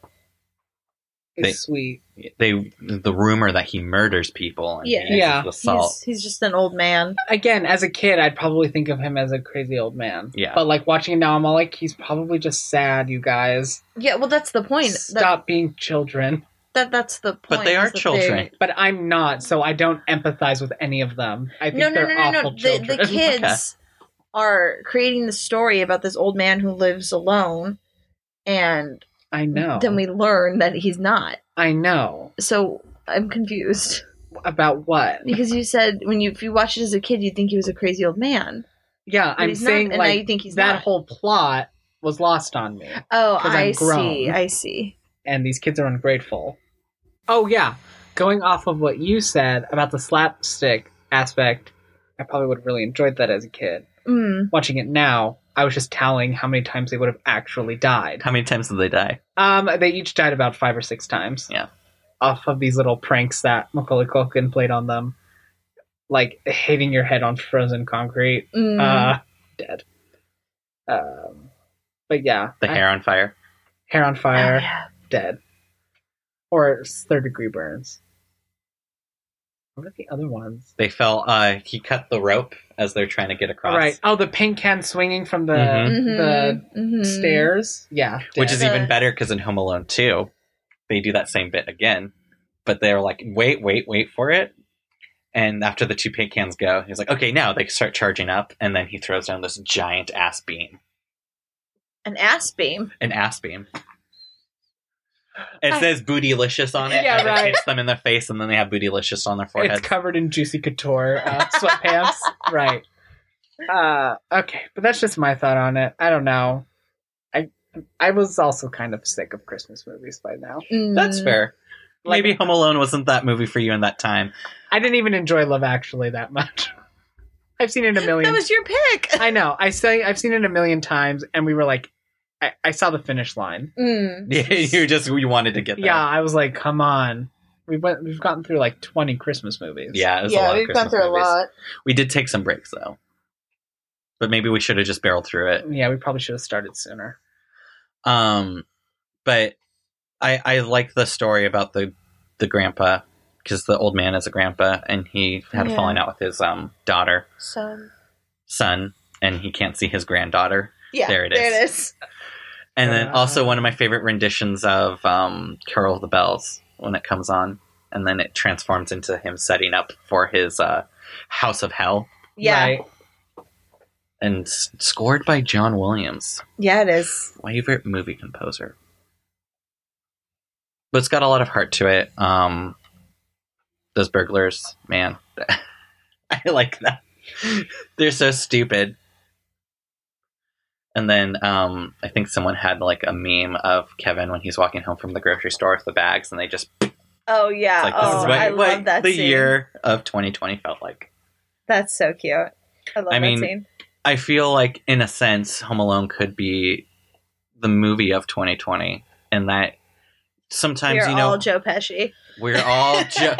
is They- sweet? they the rumor that he murders people and Yeah. he uses Yeah. the salt. He's, he's just an old man. Again, as a kid, I'd probably think of him as a crazy old man. Yeah. But like watching it now, I'm all like, he's probably just sad. You guys, Yeah, well, that's the point. That, stop being children. that that's the point. But they are is that children. but I'm not, so I don't empathize with any of them. I think No, no, they're no, no, no. awful The, children. the kids are creating the story about this old man who lives alone, and I know. then we learn that he's not. I know So I'm confused about what. because you said when you if you watched it as a kid, you'd think he was a crazy old man. Yeah, But I'm he's not, saying and now you like think he's that not. whole plot was lost on me, oh, 'cause I'm I see. grown. I see. and these kids are ungrateful. Oh yeah, going off of what you said about the slapstick aspect, I probably would have really enjoyed that as a kid. Mm. Watching it now, I was just tallying how many times they would have actually died. How many times did they die? Um, they each died about five or six times. Yeah. Off of these little pranks that Macaulay Culkin played on them, like hitting your head on frozen concrete. Mm. Mm-hmm. Uh, dead. Um, but yeah, The I- hair on fire. hair on Oh, fire, yeah. dead. or third degree burns. What are the other ones? They fell. Uh, he cut the rope as they're trying to get across. Right. Oh, the pink can swinging from the Mhm. the Mhm. stairs. Yeah, Which dead. is even better because in Home Alone 2, they do that same bit again, but they're like, wait, wait, wait for it. And after the two paint cans go, he's like, okay, now they start charging up. And then he throws down this giant ass beam. An ass beam. An ass beam. It I- says bootylicious on it. Yeah, and right. It hits them in the face, and then they have bootylicious on their It's forehead. covered in juicy couture uh, sweatpants. right. Uh, okay, but that's just my thought on it. I don't know. I I was also kind of sick of Christmas movies by now. That's Mm. fair. Like- Maybe Home Alone wasn't that movie for you in that time. I didn't even enjoy Love Actually that much. I've seen it a million. That was your pick. I know. I say I've seen it a million times, and we were like, I, I saw the finish line. Mm. you just you wanted to get there. Yeah, I was like, come on. We went. We've gotten through like twenty Christmas movies. yeah. It was a lot Yeah, of we've gone Christmas through a movies. lot. We did take some breaks though. But maybe we should have just barreled through it. yeah. We probably should have started sooner. Um but I I like the story about the the grandpa cuz the old man is a grandpa and he had Yeah. a falling out with his um daughter So son and he can't see his granddaughter. yeah, There it There it is. And then Ah. also one of my favorite renditions of um Carol of the Bells when it comes on and then it transforms into him setting up for his uh House of Hell Yeah, Right? and s- scored by John Williams. yeah, it is. favorite movie composer. But it's got a lot of heart to it. Um, those burglars, man, I like that. They're so stupid. And then um, I think someone had like a meme of Kevin when he's walking home from the grocery store with the bags, and they just Oh yeah. like this oh, is what, I what love that the scene. year of 2020 felt like. That's so cute. I love I that mean, scene. I feel like, in a sense, Home Alone could be the movie of 2020, and that sometimes We're you know all Joe Pesci. we're all ju-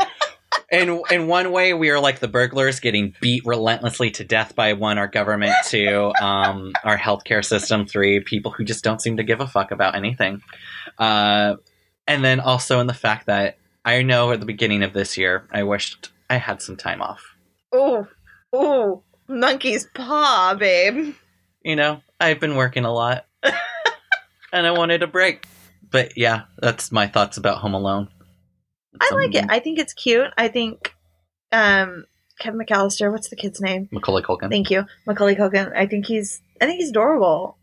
in in one way we are like the burglars getting beat relentlessly to death by one our government, two um, our healthcare system, three people who just don't seem to give a fuck about anything, uh, and then also in the fact that I know at the beginning of this year I wished I had some time off. Ooh, ooh, monkey's paw, babe. you know, I've been working a lot and I wanted a break. But yeah, that's my thoughts about Home Alone. I like it. Um, I think it's cute. I think um Kevin McAllister, what's the kid's name? Macaulay Culkin. Thank you. Macaulay Culkin. I think he's I think he's adorable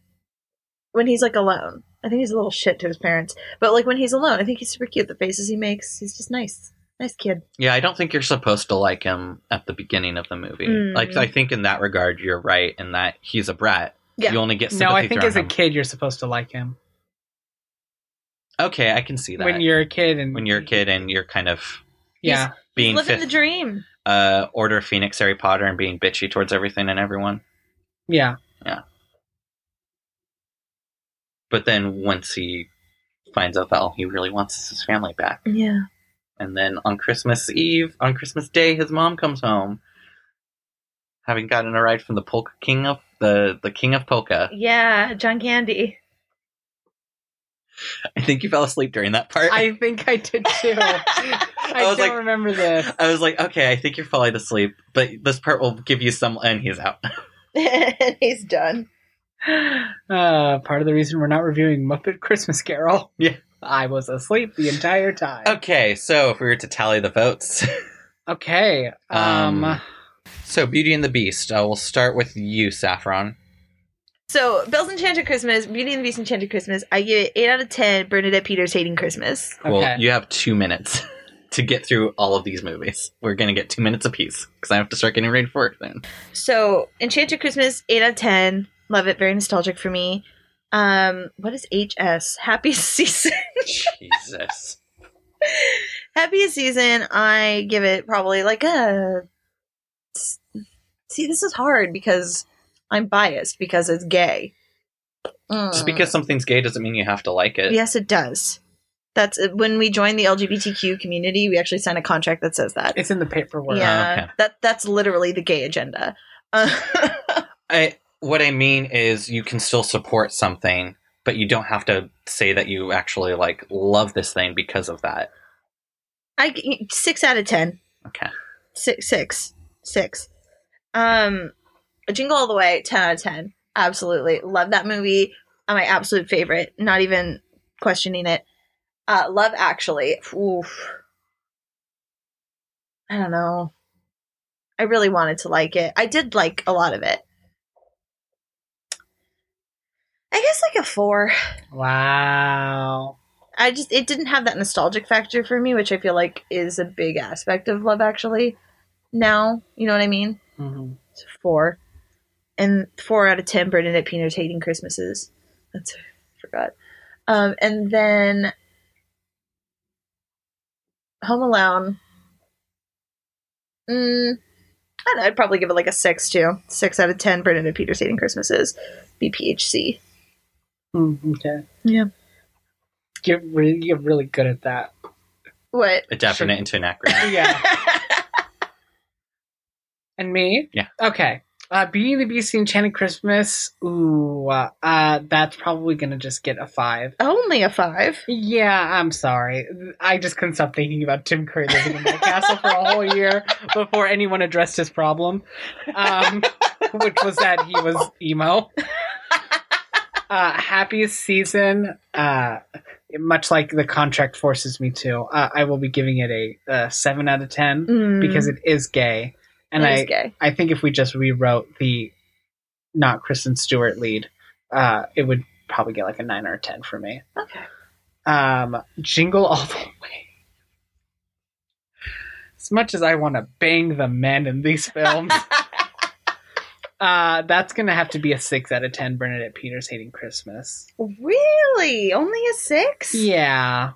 when he's like alone. I think he's a little shit to his parents. But like when he's alone, I think he's super cute. The faces he makes, he's just nice. Nice kid. yeah, I don't think you're supposed to like him at the beginning of the movie. Hmm. Mm. Like, I think in that regard, you're right in that he's a brat. Yeah. You only get sympathy No, I think thrown as a him. kid you're supposed to like him. Okay, I can see that. When you're a kid and when you're a kid and you're kind of yeah, being Living the fifth, dream. uh, Order of Phoenix, Harry Potter, and being bitchy towards everything and everyone. yeah, But then once he finds out that all he really wants is his family back, Yeah. And then on Christmas Eve, on Christmas Day, his mom comes home, having gotten a ride from the polka king of the the king of polka. Yeah, John Candy. I think you fell asleep during that part. I think I did too. I, was don't like- remember this. I was like, okay, I think you're falling asleep, but this part will give you some. And he's out. and he's done. Uh, part of the reason we're not reviewing Muppet Christmas Carol. Yeah. I was asleep the entire time. Okay, so if we were to tally the votes, Okay. Um, Um, so Beauty and the Beast. I will start with you, Saffron. So, Bells Enchanted Christmas, Beauty and the Beast Enchanted Christmas. I give it 8 out of 10. Bernadette Peters hating Christmas. Okay. Well, you have two minutes to get through all of these movies. We're gonna get two minutes apiece because I have to start getting ready for work then. So, Enchanted Christmas, 8 out of 10. Love it. Very nostalgic for me. Um, what is HS? Happy season. Jesus. Happy season. I give it probably like a. See, this is hard because I'm biased because it's gay. Just Mm. because something's gay doesn't mean you have to like it. Yes, it does. That's when we join the LGBTQ community. We actually sign a contract that says that. it's in the paperwork. yeah, uh, okay. that that's literally the gay agenda. Uh, I, what I mean is, you can still support something, but you don't have to say that you actually like love this thing because of that. I g- six out of ten. Okay. Six, six, six. Um, Jingle All the Way, ten out of ten. Absolutely love that movie. Uh, My absolute favorite. Not even questioning it. Uh, Love Actually. Oof. I don't know. I really wanted to like it. I did like a lot of it. I guess like a four. Wow. I just it didn't have that nostalgic factor for me, which I feel like is a big aspect of Love Actually. Now, you know what I mean? Mhm. It's four, and four out of ten Bernadette Pino's hating Christmases. That's I forgot. Um, and then Home Alone. Mm, I don't know, I'd probably give it like a six too. Six out of ten Bernadette Peters hating Christmases. BPHC. mm Okay. Yeah. You're really, you're really good at that. What? A definite into an acronym. Yeah. And me? Yeah. Okay. Uh, Beauty and the Beast, The Enchanted Christmas. Ooh, uh, uh, that's probably gonna just get a five. Only a five. Yeah, I'm sorry. I just couldn't stop thinking about Tim Curry living in my castle for a whole year before anyone addressed his problem, um, which was that he was emo. Uh, happiest season. Uh, much like the contract forces me to, uh, I will be giving it a, uh seven out of ten Mm, because it is gay, and it I is gay. I think if we just rewrote the not Kristen Stewart lead, uh, it would probably get like a nine or a ten for me. Okay. Um, jingle all the way. As much as I want to bang the men in these films, uh, that's gonna have to be a six out of ten. Bernadette Peters hating Christmas. Really? Only a six? Yeah,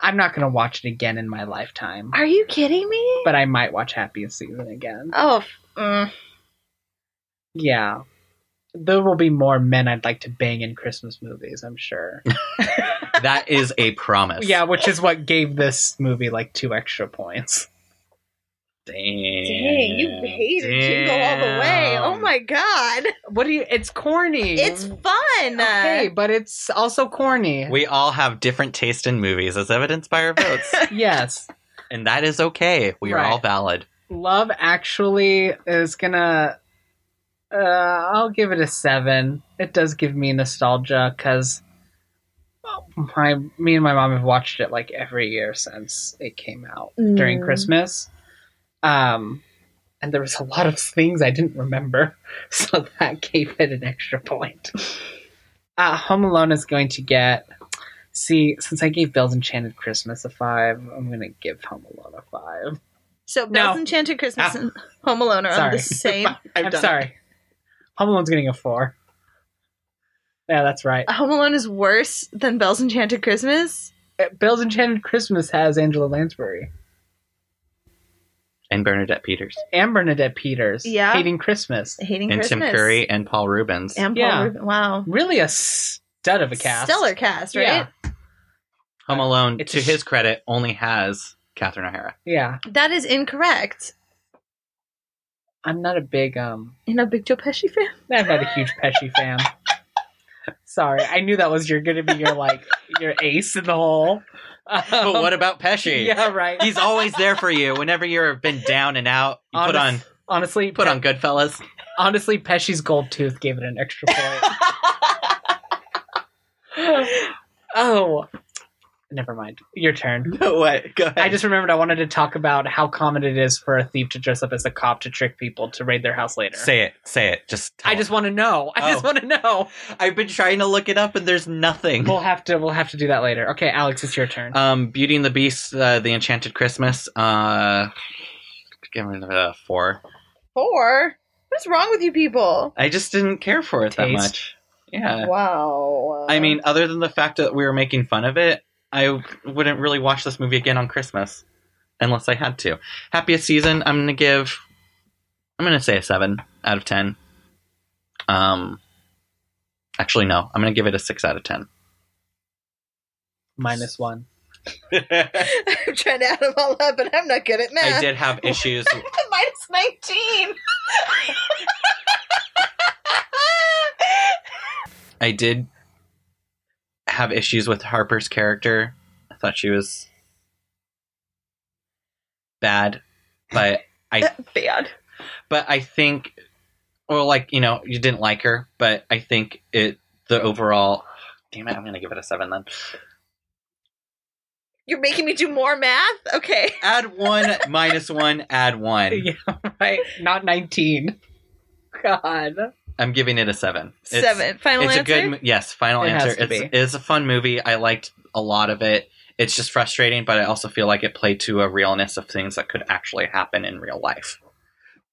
I'm not gonna watch it again in my lifetime, Are you kidding me? but I might watch Happiest Season again. Oh, f- mm. Yeah. There will be more men I'd like to bang in Christmas movies, I'm sure. that is a promise. yeah, which is what gave this movie like two extra points. Damn. dang! You hated Jingle All the Way. Oh Damn. my god, What do you it's corny. it's fun. okay, but it's also corny. We all have different taste in movies, as evidenced by our votes, yes. and that is okay. We are Right. all valid. Love actually is gonna uh I'll give it a seven. It does give me nostalgia because my me and my mom have watched it like every year since it came out. during Mm. Christmas. Um, and there was a lot of things I didn't remember, so that gave it an extra point. Uh, Home Alone is going to get. See, since I gave Bell's Enchanted Christmas a five, I'm going to give Home Alone a five. So No. Bells Enchanted Christmas Ah. and Home Alone are on Sorry. the same. i am sorry. Home Alone's getting a four. Yeah, that's right. Home Alone is worse than Bells Enchanted Christmas. Uh, Bell's Enchanted Christmas has Angela Lansbury And Bernadette Peters, and Bernadette Peters Yeah. hating Christmas. Hating and Christmas. Tim Curry, and Paul Rubens. and Paul Yeah. Rubin. Wow, Really a stud of a cast. stellar cast, right? Yeah. Home Alone, It's to a sh- his credit, only has Catherine O'Hara. Yeah. That is incorrect. I'm not a big um You're not a big Joe Pesci fan. I'm not a huge Pesci fan. Sorry, I knew that was your going to be your like your ace in the hole. Oh. But what about Pesci? Yeah, right. He's always there for you. Whenever you've been down and out, you put on Honest- honestly, put on Goodfellas. honestly, Pesci's gold tooth gave it an extra point. oh, never mind. Your turn. No way. Go ahead. I just remembered I wanted to talk about how common it is for a thief to dress up as a cop to trick people to raid their house later. say it. Say it. Just. Tell I just want to know. I just Oh. want to know. I've been trying to look it up, and there's nothing. We'll have to. We'll have to do that later. Okay, Alex, it's your turn. Um, Beauty and the Beast, uh, The Enchanted Christmas. Uh, give it a four. Four. What's wrong with you people? I just didn't care for it that Taste. much. Yeah. Wow. Uh, I mean, other than the fact that we were making fun of it, I wouldn't really watch this movie again on Christmas unless I had to. Happiest season, I'm gonna give. I'm gonna say a seven out of ten. Um, actually, no, I'm gonna give it a six out of ten. Minus one. I I'm trying to add them all up, and I'm not good at math. did have issues. Minus 19. I did have issues with Harper's character. I thought she was bad, but I Bad. but I think, or like you know, you didn't like her, but I think it the overall. Damn it, I'm gonna give it a seven then. You're making me do more math? Okay. Add one, minus one, add one. Yeah, right. Not nineteen. God. I'm giving it a seven. It's- Seven. Final it's answer. a good mo- yes. Final It has answer. to It's, be. it's a fun movie. I liked a lot of it. It's just frustrating, but I also feel like it played to a realness of things that could actually happen in real life.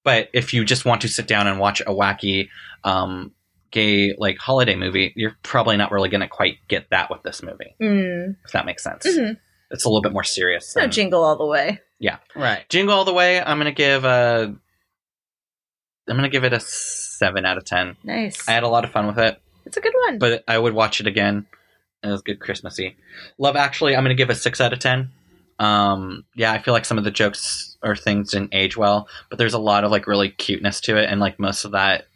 But if you just want to sit down and watch a wacky um, gay like holiday movie, you're probably not really going to quite get that with this movie. Mm. If that makes sense, Mhm. it's a little bit more serious. It's no than- jingle all the way. Right. Jingle all the way. I'm going to give a. I'm going to give it a seven out of ten. Nice. I had a lot of fun with it. it's a good one. but I would watch it again. It was good Christmassy. Love Actually, I'm going to give a six out of ten. Um, yeah, I feel like some of the jokes or things didn't age well, but there's a lot of like really cuteness to it, and like most of that,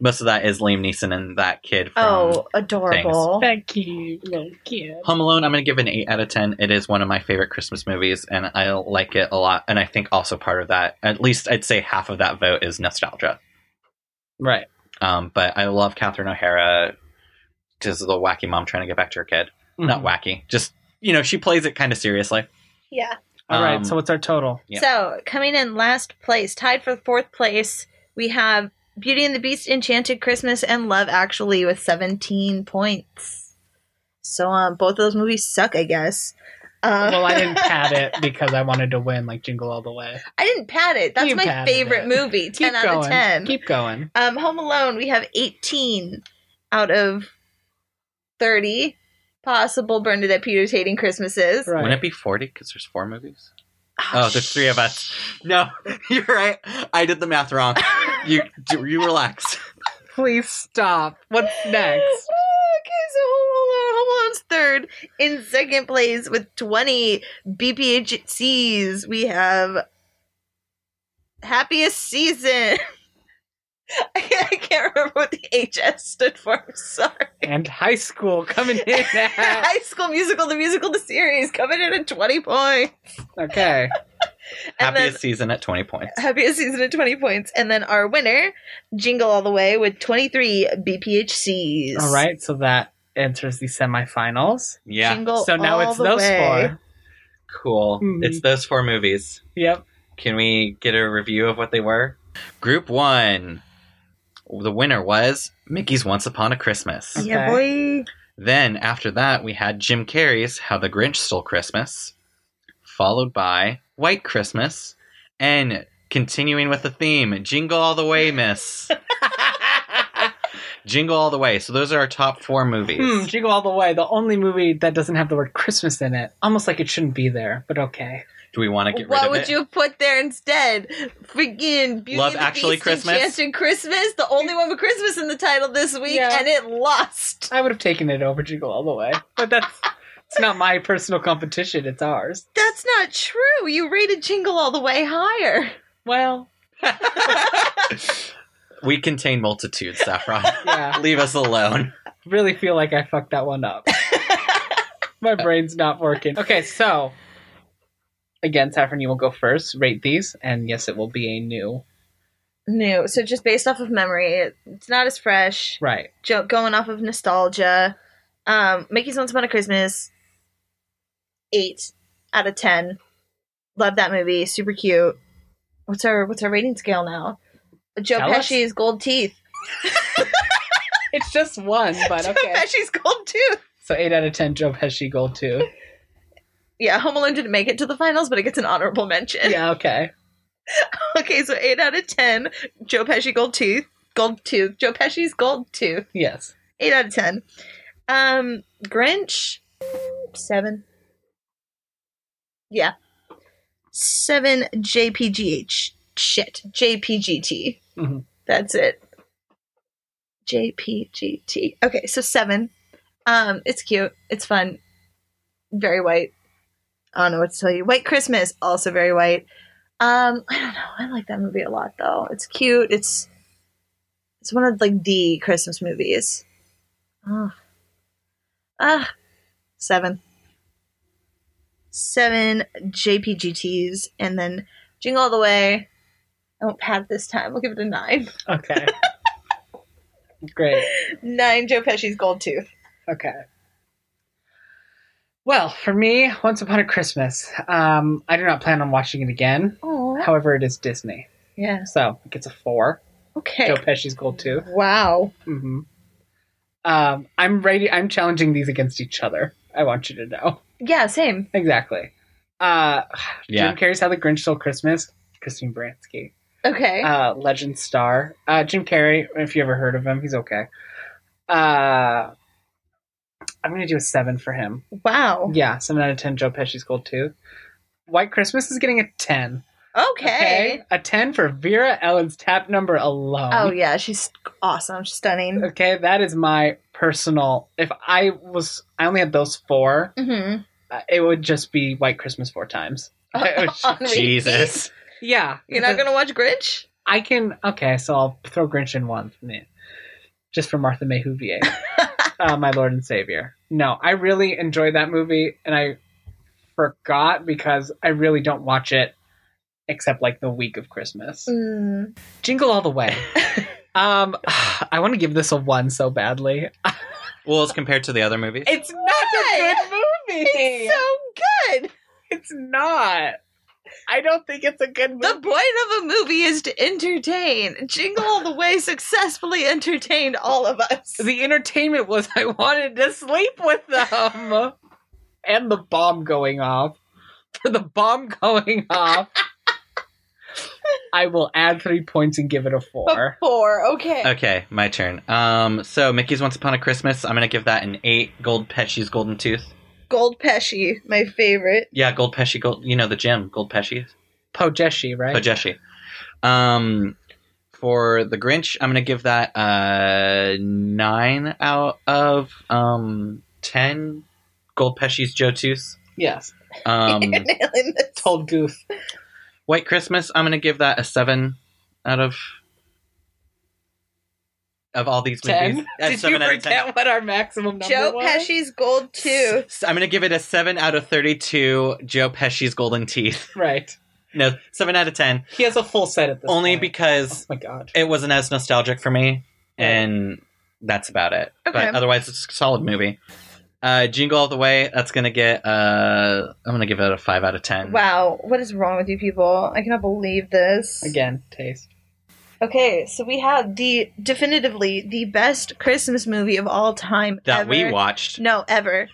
most of that is Liam Neeson and that kid from oh, adorable. Thank you, little kid. Home Alone. I'm going to give it an eight out of ten. It is one of my favorite Christmas movies, and I like it a lot. And I think also part of that, at least I'd say half of that vote is nostalgia. Right. Um, but I love Catherine O'Hara, just the wacky mom trying to get back to her kid. Mm-hmm. not wacky. Just you know, she plays it kind of seriously. Yeah. All right. Um, so what's our total? Yeah. So coming in last place, tied for fourth place, we have Beauty and the Beast, Enchanted Christmas, and Love Actually with 17 points. So um, both of those movies suck, I guess. Uh, well, I didn't pat it because I wanted to win, like Jingle All the Way. I didn't pat it. That's You my patted favorite it. movie. Keep 10 out going. of 10. Keep going. Um, Home Alone, we have 18 out of 30 possible Bernadette Peters hating Christmases. Right. Wouldn't it be forty because there's four movies? Ah, Oh, there's three of us. No, you're right. I did the math wrong. You you relax. Please stop. What's next? okay, so Home Alone, Home Alone's third. In second place with 20 BPHCs, we have Happiest Season. I can't, I can't remember what the HS stood for. I'm sorry. And high school coming in. At... High School Musical, the musical, the series, coming in at 20 points. Okay. And then- Happiest season at twenty points. happiest season at 20 points. And then our winner, Jingle All the Way, with 23 BPHCs. All right. So that enters the semifinals. Yeah, Jingle so now all it's the those way. four. cool. Mhm. It's those four movies. Yep. Can we get a review of what they were? Group one. The winner was Mickey's Once Upon a Christmas. Yeah, boy. Then after that, we had Jim Carrey's How the Grinch Stole Christmas, followed by White Christmas, and continuing with the theme, Jingle All the Way, Miss. Jingle All the Way. So those are our top four movies. Hmm, Jingle All the Way, the only movie that doesn't have the word Christmas in it. Almost like it shouldn't be there, but okay. Do we want to get rid What of would it? you have put there instead? Freaking Beauty Love and the Actually Beast, Christmas? Enchanted Christmas, the only one with Christmas in the title this week, Yeah. and it lost. I would have taken it over Jingle All the Way, but that's it's not my personal competition. It's ours. That's not true. You rated Jingle All the Way higher. Well, We contain multitudes, Saffron. yeah. Leave us alone. Really feel like I fucked that one up. my brain's not working. Okay, so again, Saffron, you will go first. Rate these, and yes, it will be a new New. So just based off of memory, it, it's not as fresh. right. jo- going off of nostalgia. Um, Mickey's Once Upon a Christmas, eight out of ten. Love that movie. Super cute. What's our what's our rating scale now? Joe Tell us. Pesci's gold teeth. It's just one, but Joe okay. Pesci's gold tooth. So eight out of ten, Joe Pesci gold two. Yeah, Home Alone didn't make it to the finals, but it gets an honorable mention. Yeah, okay. Okay, so eight out of ten. Joe Pesci gold tooth. Gold tooth. Joe Pesci's gold tooth. Yes. Eight out of ten. Um, Grinch, seven. Yeah, seven JPGH. Shit, JPGT. Mhm. That's it. JPGT. Okay, so seven. Um, it's cute. It's fun. Very white. I don't know what to tell you. White Christmas, also very white. Um, I don't know. I like that movie a lot though. It's cute. It's it's one of like the Christmas movies. Ah, seven. seven JPGTs, and then Jingle All the Way. I won't pad this time. I'll give it a nine. Okay. Great. Nine Joe Pesci's Gold Tooth. Okay. Well, for me, Once Upon a Christmas, um, I do not plan on watching it again. Oh, However, it is Disney, yes. so it gets a four. Okay. Joe Pesci's Gold Tooth. Wow. hmm Um, I'm ready. I'm challenging these against each other. I want you to know Yeah, same. exactly. Uh, Yeah. Jim Carrey's How the Grinch Stole Christmas. Christine Baranski. Okay. uh, legend star. Uh, Jim Carrey, if you ever heard of him, he's okay. Uh, I'm gonna do a seven for him. wow. Yeah, seven out of ten. Joe Pesci's Gold Tooth. White Christmas is getting a ten. Okay. a ten for Vera Ellen's tap number alone. Oh yeah, she's awesome. She's stunning. Um, Okay, that is my personal. If I was, I only had those four. Mm-hmm. Uh, it would just be White Christmas four times. It was- Jesus. yeah, You're not gonna watch Grinch? I can okay, so I'll throw Grinch in one minute, just for Martha May Huvier, uh, my Lord and Savior. No, I really enjoyed that movie, and I forgot because I really don't watch it except like the week of Christmas. Mm. Jingle all the way. um, I want to give this a one so badly. Well, it's compared to the other movies. It's not a good movie. It's so good. It's not. I don't think it's a good movie. The point of a movie is to entertain. Jingle all the way successfully entertained all of us. the entertainment was I wanted to sleep with them. and the bomb going off. For the bomb going off, I will add three points and give it a four. Four. Okay. Okay, my turn. Um, so Mickey's Once Upon a Christmas, I'm gonna give that an eight. Gold Pesci's Golden Tooth. Gold Pesci, my favorite. Yeah, Gold Pesci, Gold. You know the gem, Gold Pesci, Pojeshi, right? Pesci. Um, for the Grinch, I'm gonna give that uh nine out of um ten. Gold Pesci's Joe Tooth. yes. Um, You're nailing this. Told Goof. White Christmas, I'm gonna give that a seven out of of all these movies. Ten. Uh, Did you seven out of ten. forget what our maximum number Joe was? Pesci's Gold Tooth. S- I'm gonna give it a seven out of thirty-two. Joe Pesci's golden teeth. Right. No, seven out of ten. He has a full set at this only point. because Oh my god. it wasn't as nostalgic for me, and that's about it. Okay. But otherwise, it's a solid movie. Uh, Jingle All the Way. That's gonna get. Uh, I'm gonna give it a five out of ten. Wow, what is wrong with you people? I cannot believe this. Again, taste. Okay, so we have the definitively the best Christmas movie of all time That ever. we watched. No, ever.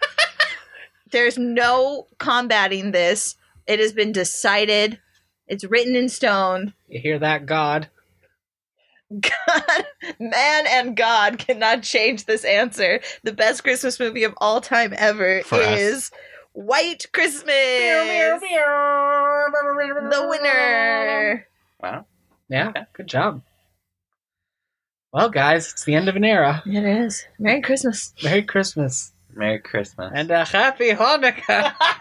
There's no combating this. It has been decided. It's written in stone. You hear that, God? God, man and God cannot change this answer. The best Christmas movie of all time ever For us. is White Christmas. The winner. Wow. Yeah, good job. Well, guys, it's the end of an era. It is. Merry Christmas. Merry Christmas Merry Christmas. and a happy Hanukkah.